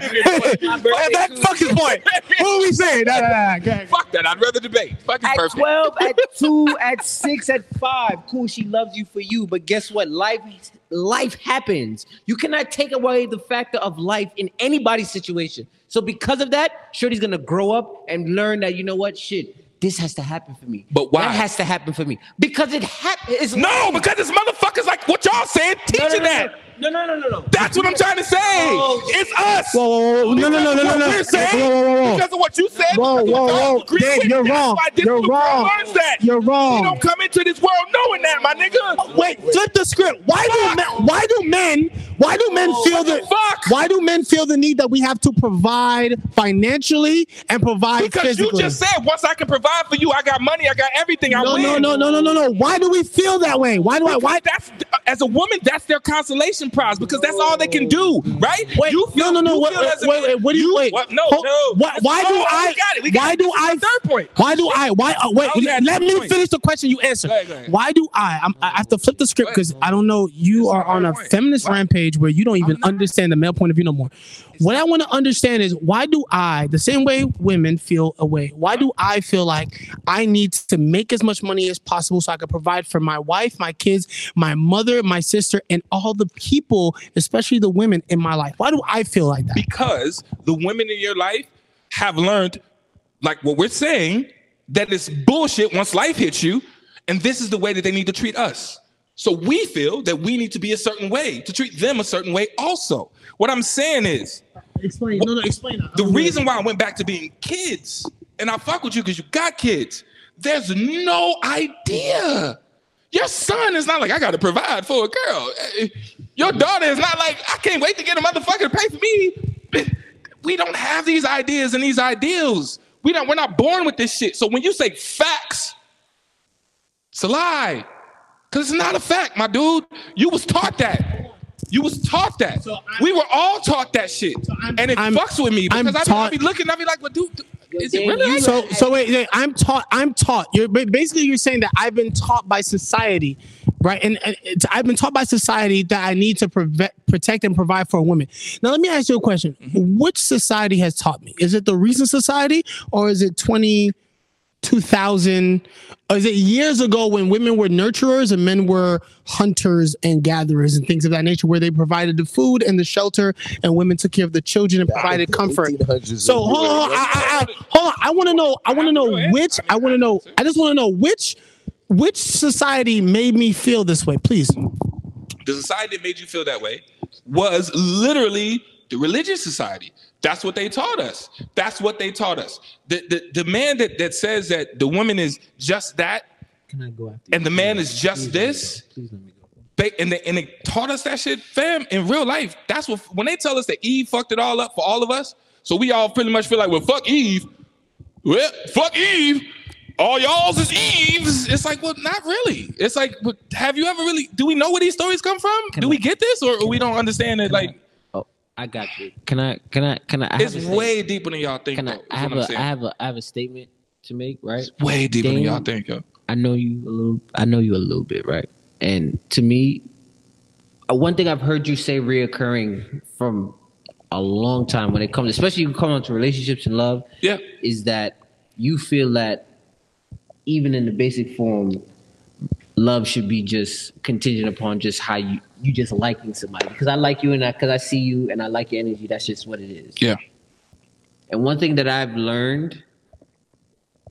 that fuck his point. What we saying? Nah, nah, nah, go ahead.
Fuck that. I'd rather debate. Fuck his
At
birthday.
12, at 2, at 6, at 5. Cool, she loves you for you. But guess what? Life life happens. You cannot take away the factor of life in anybody's situation. So because of that, Shorty's gonna grow up and learn that you know what? Shit, this has to happen for me.
But why?
That has to happen for me. Because it happened. It's
No, because this motherfucker's like what y'all saying, teaching
no, no, no,
that.
No, no, no, no, no.
That's what I'm trying to say.
Oh.
It's us.
Whoa, whoa, whoa, no, no, no, no, no, no.
We're saying
Whoa, whoa, whoa, whoa.
because of what you said. because
Whoa,
of
whoa,
what y'all
whoa.
agree
Dave,
with,
you're
that's
wrong.
why this
You're
little girl
wrong.
Learns that.
You're
She
wrong.
don't come into this world knowing that, my nigga.
Wait, flip the script. Why do men? Why do men? Why do men feel the?
Oh, fuck?
Why do men feel the need that we have to provide financially and provide
Because
physically?
you just said once I can provide for you, I got money, I got everything, I
no,
win.
no, no, no, no, no, no. Why do we feel that way? Why do I?
Why?
Why?
That's as a woman, that's their consolation prize because that's all they can do, right?
Wait, no, no, no. What,
feel as a-
wait, wait, What do you? wait.
What? No,
Hold-
no.
Why, why do
Oh,
I?
We got it. We got
Why
it.
do
This is
I?
the Third point.
Why do I? Why? Uh, wait,
I was at
let
that
me
point.
finish the question you answered.
Go ahead, go ahead.
Why do I? I'm, I have to flip the script because I don't know. You are on a
point.
feminist rampage where you don't even understand the male point of view no more. What I want to understand is why do I, the same way women feel away, why do I feel like I need to make as much money as possible so I can provide for my wife, my kids, my mother, my sister, and all the people, especially the women in my life? Why do I feel like that?
because the women in your life have learned, like what we're saying, that it's bullshit once life hits you, and this is the way that they need to treat us. So we feel that we need to be a certain way to treat them a certain way. Also, what I'm saying is
Explain. No, no, explain. that. I
the
don't get it.
reason why I went back to being kids, and I fuck with you because you got kids. There's no idea. Your son is not like I got to provide for a girl. Eh, Your daughter is not like I can't wait to get a motherfucker to pay for me. We don't have these ideas and these ideals. We don't. We're not born with this shit. So when you say facts, it's a lie. Cause it's not a fact, my dude. You was taught that. You was taught that.
I'm-
we were all taught that shit,
I'm-
and it
I'm-
fucks with me because
I'm
I, be, I
taught-
be looking. I be like, "Well, dude, dude, is it
Dave,
really?"
you-
like-
So so wait, wait, I'm taught I'm taught. You're ba- basically you're saying that I've been taught by society, right? And, and it's, I've been taught by society that I need to prevent, protect and provide for women. Now let me ask you a question. Which society has taught me? Is it the recent society or is it 20 2000 or is it years ago when women were nurturers and men were hunters and gatherers and things of that nature where they provided the food and the shelter and women took care of the children and provided comfort
1800s.
so hold on, hold on, I, I, I, hold on. I want to know. I want to know which. I want to know. I just want to know which which society made me feel this way. Please.
the society that made you feel that way was literally the religious society. That's what they taught us. That's what they taught us. The the, the man that, that says that the woman is just that
Can I go after you?
and the man is just this.
Please let me go.
They and they and they taught us that shit, fam. In real life, that's what when they tell us that Eve fucked it all up for all of us. So we all pretty much feel like, well, fuck Eve. Well, fuck Eve. All y'all's is Eve's. It's like, well, not really. It's like, but have you ever really? Do we know where these stories come from? do we get this, or, or we don't understand it? Like,
Oh, I got you. Can I? Can I? Can I? I
it's
have a sta-
way deeper than y'all think.
Can
though,
I?
is
I
what
have
I'm
a. I
saying.
have a. I have a statement to make. Right.
way deeper than y'all
Damn.
think. Yo.
I know you a little. I know you a little bit. Right. And to me, uh, one thing I've heard you say reoccurring from a long time when it comes, especially when it comes to relationships and love,
Yeah,
is that you feel that even in the basic form, love should be just contingent upon just how you you just liking somebody because I like you and I because I see you and I like your energy. That's just what it is.
yeah.
And one thing that I've learned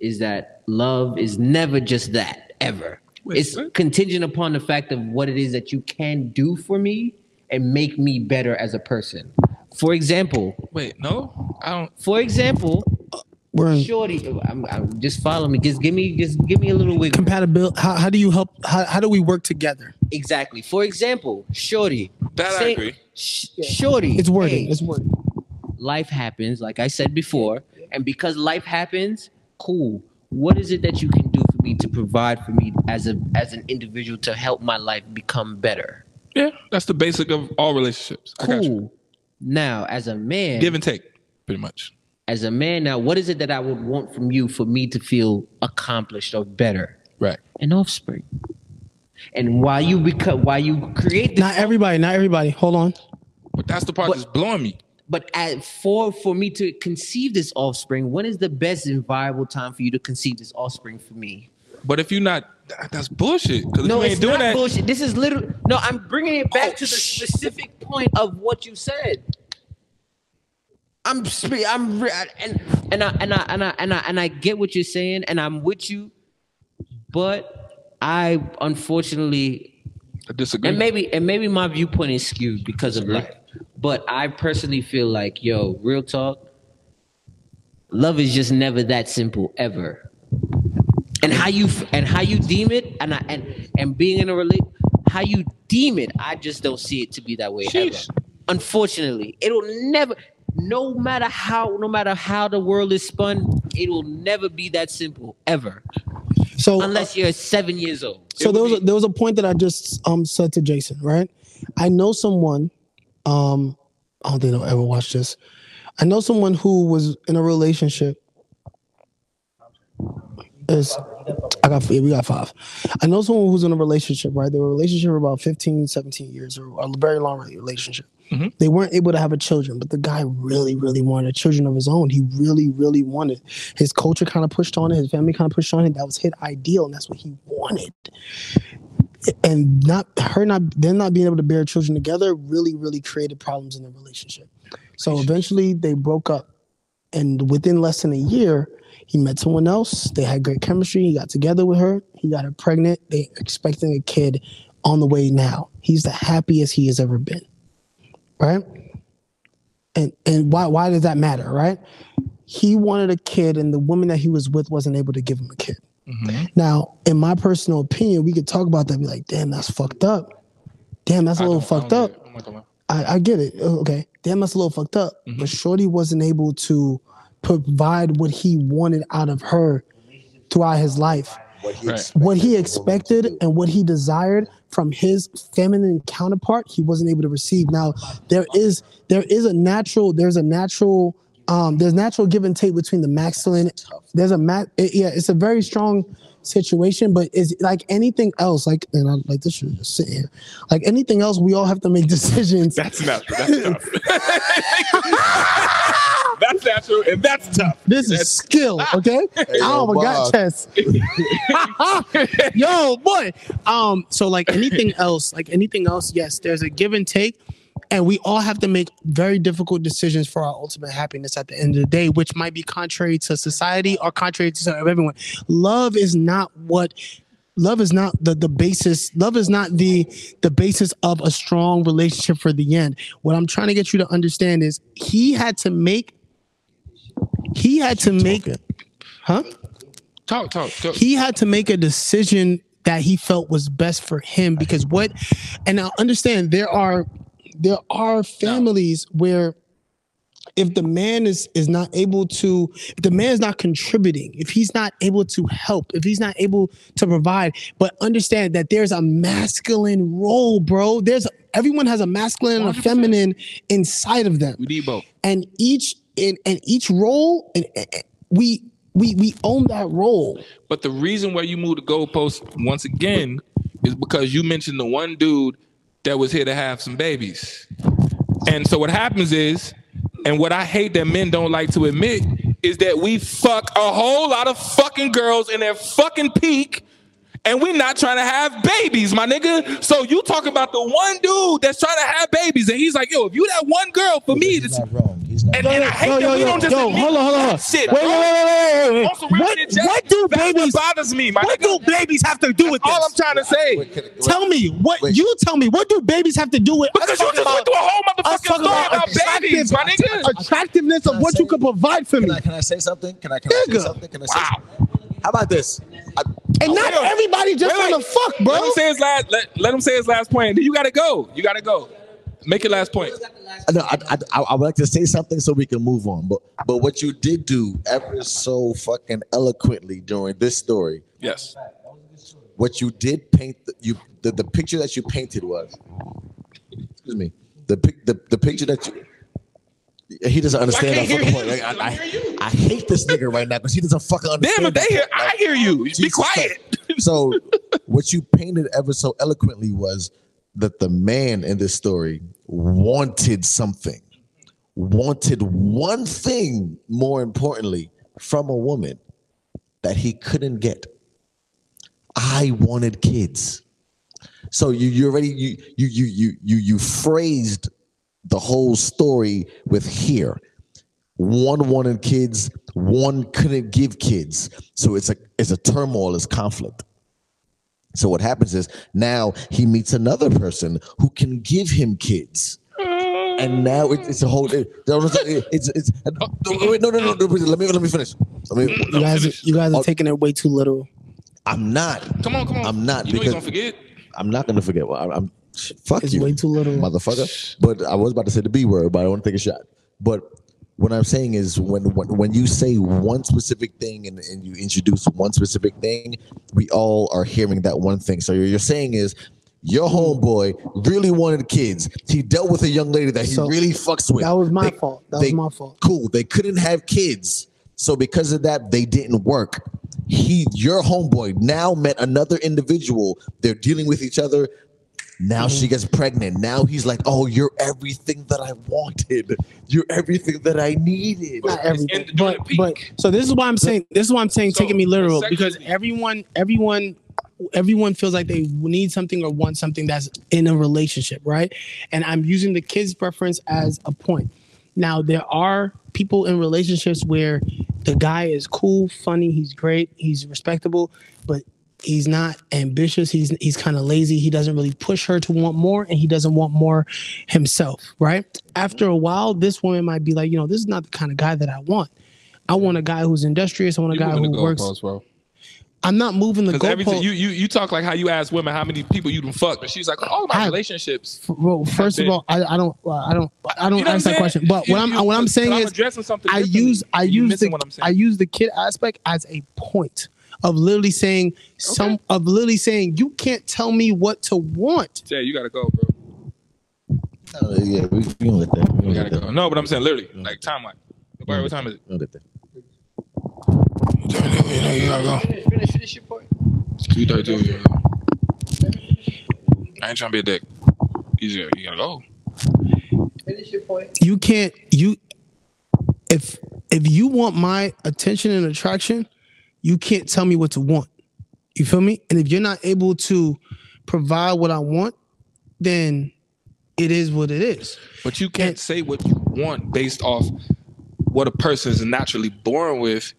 is that love is never just that ever.
Wait,
it's
what?
contingent upon the fact of what it is that you can do for me and make me better as a person. For example,
Wait, no, I don't.
for example,
We're in
Shorty, I'm, I'm just follow me. Just give me, just give me a little wiggle.
compatibility. How, how do you help? How, how do we work together?
Exactly. For example, Shorty.
That I agree.
Sh- Shorty.
It's wording.
hey,
It's wording.
life happens, like I said before, and because life happens, cool. What is it that you can do for me to provide for me as a as an individual to help my life become better?
Yeah, that's the basic of all relationships. I got you.
Cool. Now, as a man,
Give and take, pretty much.
as a man, now what is it that I would want from you for me to feel accomplished or better?
Right.
An offspring. And why you become why you create this
Not everybody, not everybody. Hold on.
But that's the part
But-
that's blowing me.
But at for for me to conceive this offspring, when is the best and viable time for you to conceive this offspring for me?
But if you're not, that- that's bullshit. Because
No,
if you
it's
ain't doing
not
that,
bullshit. This is literally no. I'm bringing it
Oh,
back to the
shh.
specific point of what you said. I'm spe- I'm re- and and I and I and I and I and I get what you're saying, and I'm with you, but I unfortunately
I disagree.
and maybe and maybe my viewpoint is skewed because of life. But I personally feel like, yo, real talk, love is just never that simple ever. And how you f- and how you deem it, and I, and and being in a relate, how you deem it, I just don't see it to be that way
Sheesh.
ever. Unfortunately, it'll never. No matter how, no matter how the world is spun, it will never be that simple ever,
So
unless you're seven years old.
so there was a, there was a point that I just um said to Jason, right? I know someone, um, I don't think they'll ever watch this. I know someone who was in a relationship. Is I got yeah, we got five. I know someone who's in a relationship, right? They were in a relationship for about 15, 17 years or a very long relationship.
Mhm.
They weren't able to have a children, but the guy really, really wanted children of his own. He really, really wanted. His culture kind of pushed on it, his family kind of pushed on it. That was his ideal, and that's what he wanted and not her not them not being able to bear children together really really created problems in the relationship so eventually they broke up and within less than a year he met someone else they had great chemistry he got together with her he got her pregnant they expecting a kid on the way now he's the happiest he has ever been right and and why why does that matter right he wanted a kid and the woman that he was with wasn't able to give him a kid now, in my personal opinion, we could talk about that. And be like, damn, that's fucked up. Damn, that's a little fucked up.
I'm not gonna lie.
I, I get it. Oh, Okay, damn, that's a little fucked up. But Shorty wasn't able to provide what he wanted out of her throughout his life.
What he
Right.
What he
expected a woman to
expected
do.
and what he desired from his feminine counterpart, he wasn't able to receive. Now, there is there is a natural there's a natural um there's natural give and take between the masculine there's a ma- it- yeah it's a very strong situation but it's like anything else like and i like this should just sit here like anything else we all have to make decisions
That's natural. That's tough. that's natural, and that's tough.
This is skill, okay? I
yo,
almost got
Bob.
chess. yo, boy. Um, so like anything else, like anything else, yes, there's a give and take, and we all have to make very difficult decisions for our ultimate happiness at the end of the day, which might be contrary to society or contrary to everyone. Love is not what love is not the, the basis love is not the the basis of a strong relationship for the end what i'm trying to get you to understand is he had to make he had to make huh
Talk, talk, talk.
he had to make a decision that he felt was best for him because what and now understand there are there are families where if the man is is not able to if the man is not contributing if he's not able to help if he's not able to provide but understand that there's a masculine role bro there's everyone has a masculine and a feminine inside of them
we need both.
and each in and each role and, and- and we we we own that role
But the reason why you moved the goalpost once again is because you mentioned the one dude that was here to have some babies. And so what happens is, and what I hate that men don't like to admit, is that we fuck a whole lot of fucking girls in their fucking peak. And we're not trying to have babies, my nigga. So you talking about the one dude that's trying to have babies, and he's like, "Yo, if you that one girl for me,
He's
this,
not wrong. He's not
and,
wrong.
and I hate
yo,
that
yo,
we
yo,
don't just
yo,
admit
hold on, hold on, hold on.
that shit.
Wait, wait, wait, wait, wait, wait.
On some real
What-
shit, Jack.
what do
That's
babies-
What bothers me, my
What
nigga.
do babies have to do with this?
All I'm trying to say.
Wait, could-
tell me what
Wait.
you tell me. What do babies have to do with us
Because you
talking
just went
about,
through a whole motherfucking
us
story
talking about
about babies, my
attractive-
nigga.
attractiveness of
I
what
say-
you could provide for me,
Can I, can I say something? Can I, can I say
Nigga.
something? Can I say something? How about this? I,
and not
wait, wait.
everybody just
Wait, wait.
want to fuck, bro.
Let him say his last. Let, let him say his last point. Then you gotta go. You gotta go. Make your last point.
I know. I, I, I, I would like to say something so we can move on. But but what you did do ever so fucking eloquently during this story,
Yes.
what you did paint, the, you the, the picture that you painted was, excuse me, the pic the, the picture that you. He doesn't understand that fucking point. Like, I, I, I hate this nigga right now because he doesn't fucking understand.
Damn it, they
that
hear
point. Like,
I hear you. Be
Jesus
quiet.
Christ. So, what you painted ever so eloquently was that the man in this story wanted something, wanted one thing more importantly from a woman that he couldn't get. I wanted kids. So you you already you you you you you you phrased the whole story with here one wanted kids, one couldn't give kids. So it's a it's a turmoil, it's conflict. So what happens is now he meets another person who can give him kids. And now it's, it's a whole. It, it's it's. Wait, no, no, no, no. Let me let me finish. Let me,
You guys, you
Oh.
guys are taking it way too literal.
I'm not.
Come on, come on.
I'm not,
You know he's gonna
because-
forget.
I'm not gonna forget. Well, I'm, I'm fuck
It's
you,
way too little.
motherfucker. But I was about to say the B word, but I want to take a shot. But what I'm saying is, when when, when you say one specific thing and, and you introduce one specific thing, we all are hearing that one thing. So you're, you're saying is. Your homeboy really wanted kids. He dealt with a young lady that he
So,
really fucks with.
That was my
They-
fault. That was
they-
my fault.
Cool. They couldn't have kids. So because of that, they didn't work. He, your homeboy, now met another individual. They're dealing with each other. Now she
Mm-hmm.
gets pregnant. Now he's like, "Oh, you're everything that I wanted. You're everything that I needed."
Not everything.
in- during
But,
the peak.
but so this is why I'm saying this is why I'm saying
So,
taking me literal
the sex-
because everyone everyone everyone feels like they need something or want something that's in a relationship, right? And I'm using the kids preference as a point. Now there are people in relationships where the guy is cool, funny, he's great, he's respectable, but he's not ambitious. He's he's kind of lazy. He doesn't really push her to want more and he doesn't want more himself, right? After a while, this woman might be like, you know, this is not the kind of guy that I want. I want a guy who's industrious. I want a guy who works.
bro.
I'm not moving the
Because everything
goalpost.
you, you you talk like how you ask women how many people you done fucked, and she's like, all my
I-
relationships.
Well, first of
That's it.
all, I, I don't, well, I don't, I don't
You know what I'm
ask that
saying?
question. But
You-
what I'm,
you-
what I'm saying
I'm
is,
addressing something.
I
differently.
use, I
You're
use
missing
the,
what I'm saying.
I use the kid aspect as a point of literally saying some, of literally saying you can't tell me what to want.
Jay, you gotta go, bro.
Uh, yeah, we, we don't let that. We
You
don't
gotta
let that.
go. No, but I'm saying literally, like time wise. What time is it?
We don't let that.
Finish, finish, finish your point.
Two thirty two. I ain't trying to be a dick. You just- you gotta go.
Finish your point.
You can't, you, if, if you want my attention and attraction, you can't tell me what to want. You feel me? And if you're not able to provide what I want, then it is what it is.
But you can't say what you want based off what a person is naturally born with,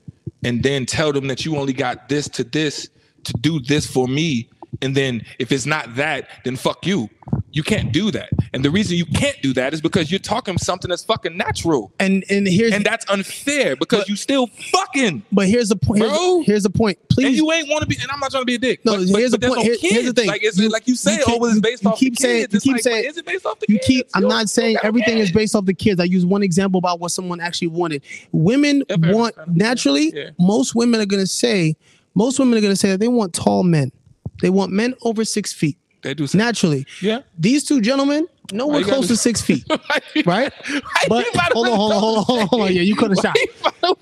and then tell them that you only got this to this to do this for me. And then if it's not that, then fuck you. You can't do that. And the reason you can't do that is because you're talking something that's fucking natural.
And, and here's,
And that's unfair because you still fucking.
But here's the point. Here's,
Bro.
here's the point.
And
Please.
you ain't want to be, and I'm not trying to be a dick.
No,
but,
here's
but,
the
but
point.
There's no
Here- here's the
kids.
thing.
Like, is
You-
it, like you say,
you
oh,
keep-
well, it's based
you
off
keep
the
saying-
kids.
you
It's
keep
like,
saying-
but is it based off the
you
kids?
keep. I'm
Yo,
not saying
okay.
everything is based off the kids. I use one example about what someone actually wanted. Women
Yeah, fair
want
enough.
naturally.
Yeah.
Most women are gonna say. Most women are gonna say that they want tall men. They want men over six feet.
They do say
Naturally,
Yeah.
these two gentlemen
Why
nowhere
you gotta-
close to six feet. Right? But hold on, hold on, hold on, hold on, hold on. Yeah, you could have shot.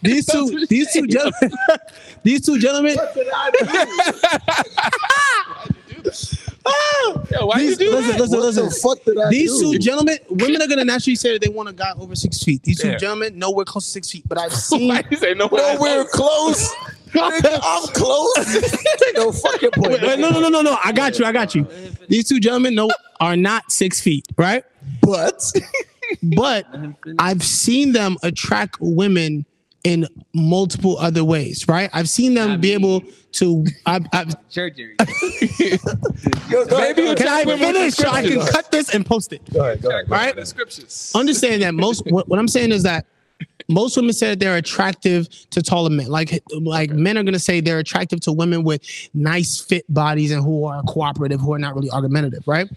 These two, these two gentlemen, these two gentlemen,
Yo, why
Ah! These-
you do
listen,
that?
listen,
what
listen.
the fuck did I
These
do?
two gentlemen, women are gonna naturally say that they want a guy over six feet. These two
Yeah. Oh
gentlemen, nowhere close to six feet. But I've seen
Why you say no?
Nowhere close. Nigga, I'm close. no fucking point.
wait, wait, no, no, no, no, no. I got you. I got you. These two gentlemen no are not six feet, right?
But
But I've seen them attract women in multiple other ways, right? I've seen them
I
be
mean-
able to. I've, I've,
Surgery.
Yo, go ahead,
Maybe
go
you
ahead.
can I finish? So I can cut this and post it.
Go ahead, go ahead.
Right?
The scriptures.
understand that most what, what I'm saying is that most women say that they're attractive to taller men. Like like men are gonna say they're attractive to women with nice fit bodies and who are cooperative, who are not really argumentative, right?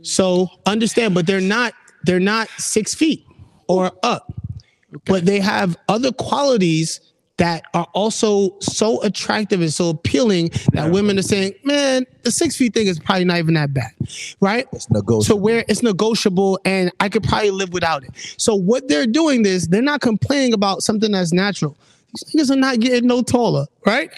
So understand, but they're not They're not six feet or up, but they have other qualities that are also so attractive and so appealing that women are saying, man, the six feet thing is probably not even that bad, right?
It's
to
negotiable.
where it's negotiable and I could probably live without it. So what they're doing is they're not complaining about something that's natural. These niggas are not getting no taller, right?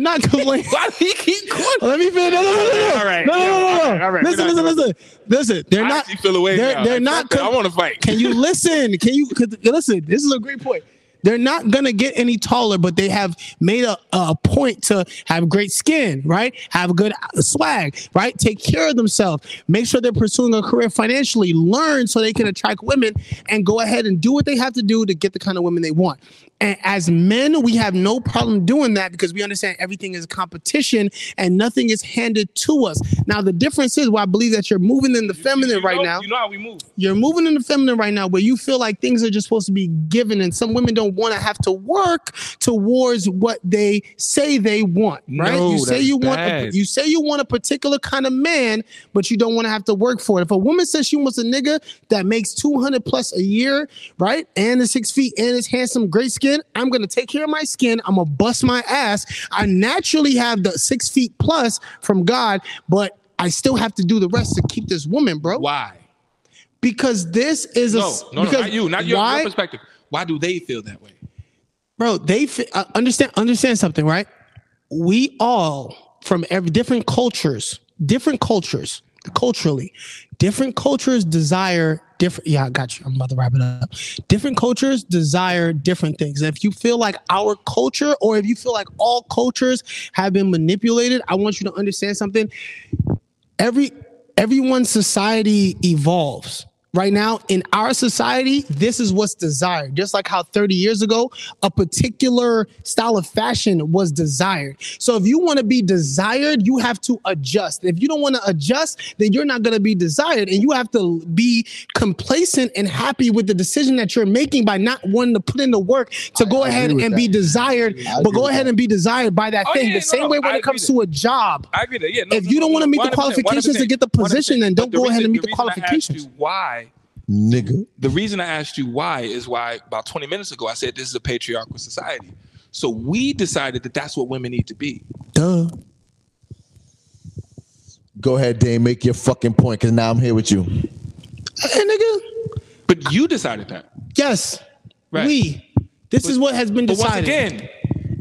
not complaining.
Why do you keep going?
Let me finish. No, no, no, no, no. All right. No, no, no, no, no. All right. Listen, listen, listen. Listen, they're
I
not.
actually feel away.
They're,
now.
they're
Like,
not.
fuck that. I want to fight.
Can you listen? Can you 'cause- listen? This is a great point. They're not gonna get any taller, but they have made a, a point to have great skin, right? Have good swag, right? Take care of themselves. Make sure they're pursuing a career financially. Learn so they can attract women and go ahead and do what they have to do to get the kind of women they want. And as men, we have no problem doing that because we understand everything is competition and nothing is handed to us. Now, the difference is why I believe that you're moving in the feminine
You
right
know-
now
You know how we move.
you're moving in the feminine right now where you feel like things are just supposed to be given and some women don't want to have to work towards what they say they want right
No,
you say
that's
you want
bad.
a, you say you want a particular kind of man but you don't want to have to work for it if a woman says she wants a nigga that makes 200 plus a year right and is six feet and is handsome great skin i'm gonna take care of my skin i'm gonna bust my ass i naturally have the six feet plus from god but I still have to do the rest to keep this woman, bro
Why?
because this is a
No,
s-
no, no,
because
not you, not your,
why,
your perspective. Why do they feel that way?
bro. They fi- uh, understand understand something, right? We all from every different cultures, different cultures, culturally, different cultures desire different. Yeah, I got you. I'm about to wrap it up. Different cultures desire different things. If you feel like our culture, or if you feel like all cultures have been manipulated, I want you to understand something. every everyone's society evolves right now in our society this is what's desired just like how 30 years ago a particular style of fashion was desired so if you want to be desired you have to adjust if you don't want to adjust then you're not going to be desired and you have to be complacent and happy with the decision that you're making by not wanting to put in the work to go ahead
with
and
that.
be desired
I
but
agree
go
with
ahead
that.
and be desired by that
Oh,
thing
yeah,
the same
no,
way when
I
it comes
agree
to a job
I agree that. Yeah. no,
If
no,
you
no,
don't
no,
wanna meet the
100%,
qualifications to get the
100%.
position, then don't
But the
go ahead and meet
reason-
the
reason I asked
qualifications.
you Why?
Nigga.
The reason I asked you why is why about 20 minutes ago I said this is a patriarchal society. So we decided that that's what women need to be.
duh
Go ahead, Dane. Make your fucking point, cause now I'm here with you.
Hey, nigga.
But you decided that.
Yes.
Right.
We. This is what has been
But once
decided.
again,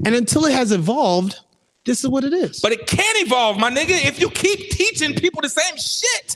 and until it has evolved, this is what it is.
but it can evolve, my nigga, if you keep teaching people the same shit.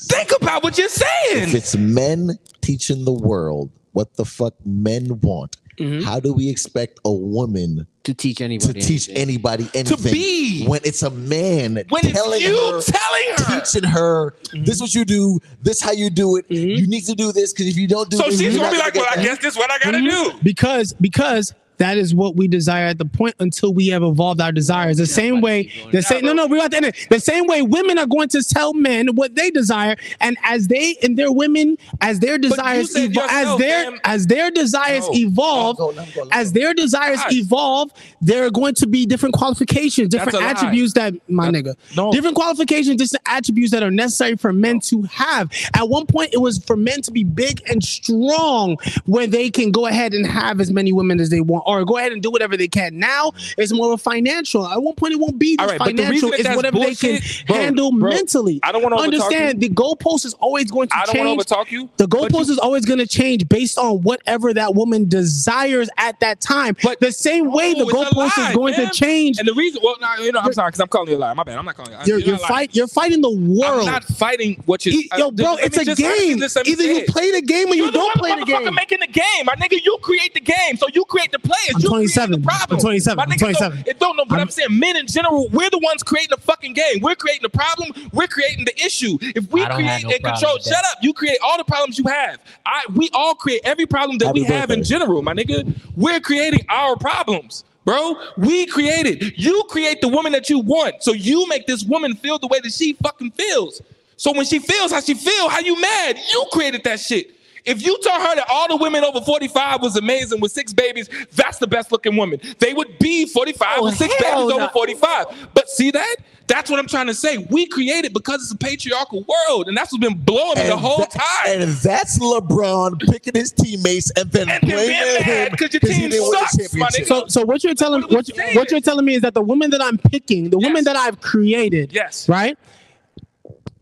Think about what you're
If
saying.
it's men teaching the world what the fuck men want,
Mm-hmm.
how do we expect a woman
to teach
to
anybody.
teach
anything.
anybody anything
be.
when it's a man
When it's
telling
you
her,
telling her.
teaching her this is what you do, this how you do it. You need to do this because if you don't do
Mm-hmm. So
this,
she's
you're
gonna be
not
like, well,
get
I
that."
guess this is what I gotta do.
because because that is what we desire at the point until we have evolved our desires. The same way the same no no we got to end it. The same way women are going to tell men what they desire, and as they and their women as their desires
said
evo- as
yourself,
their
man.
as their desires
No.
evolve,
Let 'em go, let 'em go, let 'em
as their desires
Guys.
evolve, there are going to be different qualifications, different
a lie.
attributes that my nigga,
no.
different qualifications, different attributes that are necessary for men to have. At one point, it was for men to be big and strong, where they can go ahead and have as many women as they want, or go ahead and do whatever they can. Now it's more of a financial. At one point, it won't be
All
just
right, but the reason
financial.
that
It's
that's
whatever they can
bullshit- bro,
handle
bro,
mentally.
I don't wanna overtalk you.
understand. The goalpost is always going to
I don't
change.
want to overtalk you.
The
but you-
goalpost is always going to change based on whatever that woman desires at that time.
But-
the same way the
No, it's a
goalpost
lie,
is going
man.
to change.
And the reason, well, no, you know, I'm sorry, because I'm calling you a liar. My bad. I'm not calling you. a liar.
You're,
You're
you're,
not lying.
fight, you're fighting the
I'm
world.
not Uh, fighting what you.
E- Yo, bro, it's a game. Either you play the game or you don't play the game.
making the game, my nigga. You create the game, so you create the players.
I'm
you create
27.
The problem.
I'm 27.
My
I'm
nigga,
27.
Don't, it don't know, but I'm,
I'm-
saying men in general, we're the ones creating the fucking game. We're creating the problem. We're creating the issue. If we
I don't have
create
no
and
problem
control,
with
shut up.
that.
You create all the problems you have. I, we all create every problem that we
Happy
have in
birthday.
general, my nigga. We're creating our problems. Bro, we created. You create the woman that you want. So you make this woman feel the way that she fucking feels. So when she feels how she feel, how you mad? You created that shit. If you tell her that all the women over 45 was amazing with six babies, that's the best looking woman. They would be 45 with six
hell
babies
no.
over 45. But see that? That's what I'm trying to say. We created because it's a patriarchal world, and that's what's been blowing me the whole
that-
time.
and that's LeBron picking his teammates and then
And then being
blaming him
mad because your
he
team
didn't win the
sucks, my nigga.
championship.
So, so what you're telling
what it
what,
was
you-
saying.
what you're telling me is that the woman that I'm picking, the woman
Yes.
that I've created,
Yes.
right?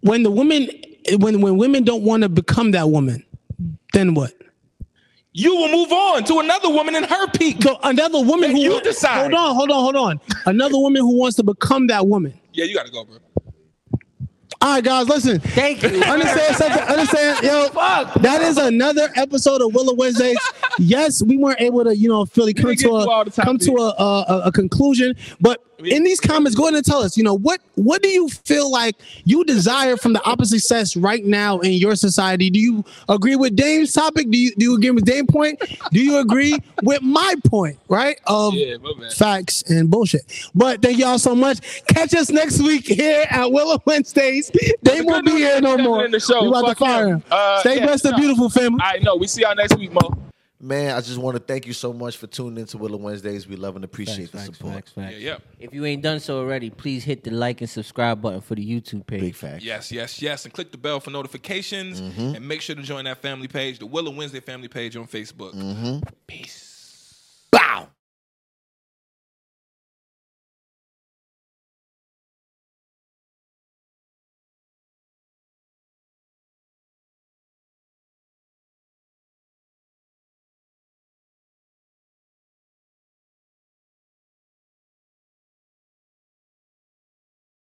When the woman, when when women don't want to become that woman, then what?
You will move on to another woman in her peak.
So another
Let
woman who
you
wa-
decide.
Hold on, hold on, hold on. Another woman who wants to become that woman.
Yeah, you gotta go, bro.
All right, guys, listen.
Thank you.
Understand something? Understand, yo. That is another episode of Willow Wednesdays. yes, we weren't able to, you know, Philly come
didn't get
to
through all
a
the time,
come to a, a a- a conclusion. But in these comments, go ahead and tell us, you know, what what do you feel like you desire from the opposite sex right now in your society? Do you agree with Dame's topic? Do you do you agree with Dame's point? Do you agree with my point? Right? Of
Yeah, my man.
facts and bullshit. But thank y'all so much. Catch us next week here at Willow Wednesdays. They
It's
won't
good
be
knowing
here no
he's
more.
in the show.
We about to
Fuck him.
fire him.
Uh,
Stay
yeah,
blessed and
no.
beautiful, family.
All right, no, we see y'all next week, Mo.
Man, I just want to thank you so much for tuning into Willow Wednesdays. We love and appreciate the support.
Yeah, yeah.
If you ain't done so already, please hit the like and subscribe button for the YouTube page.
Big fact.
Yes, yes, yes. And click the bell for notifications and make sure to join that family page, the Willow Wednesday family page on Facebook. Peace.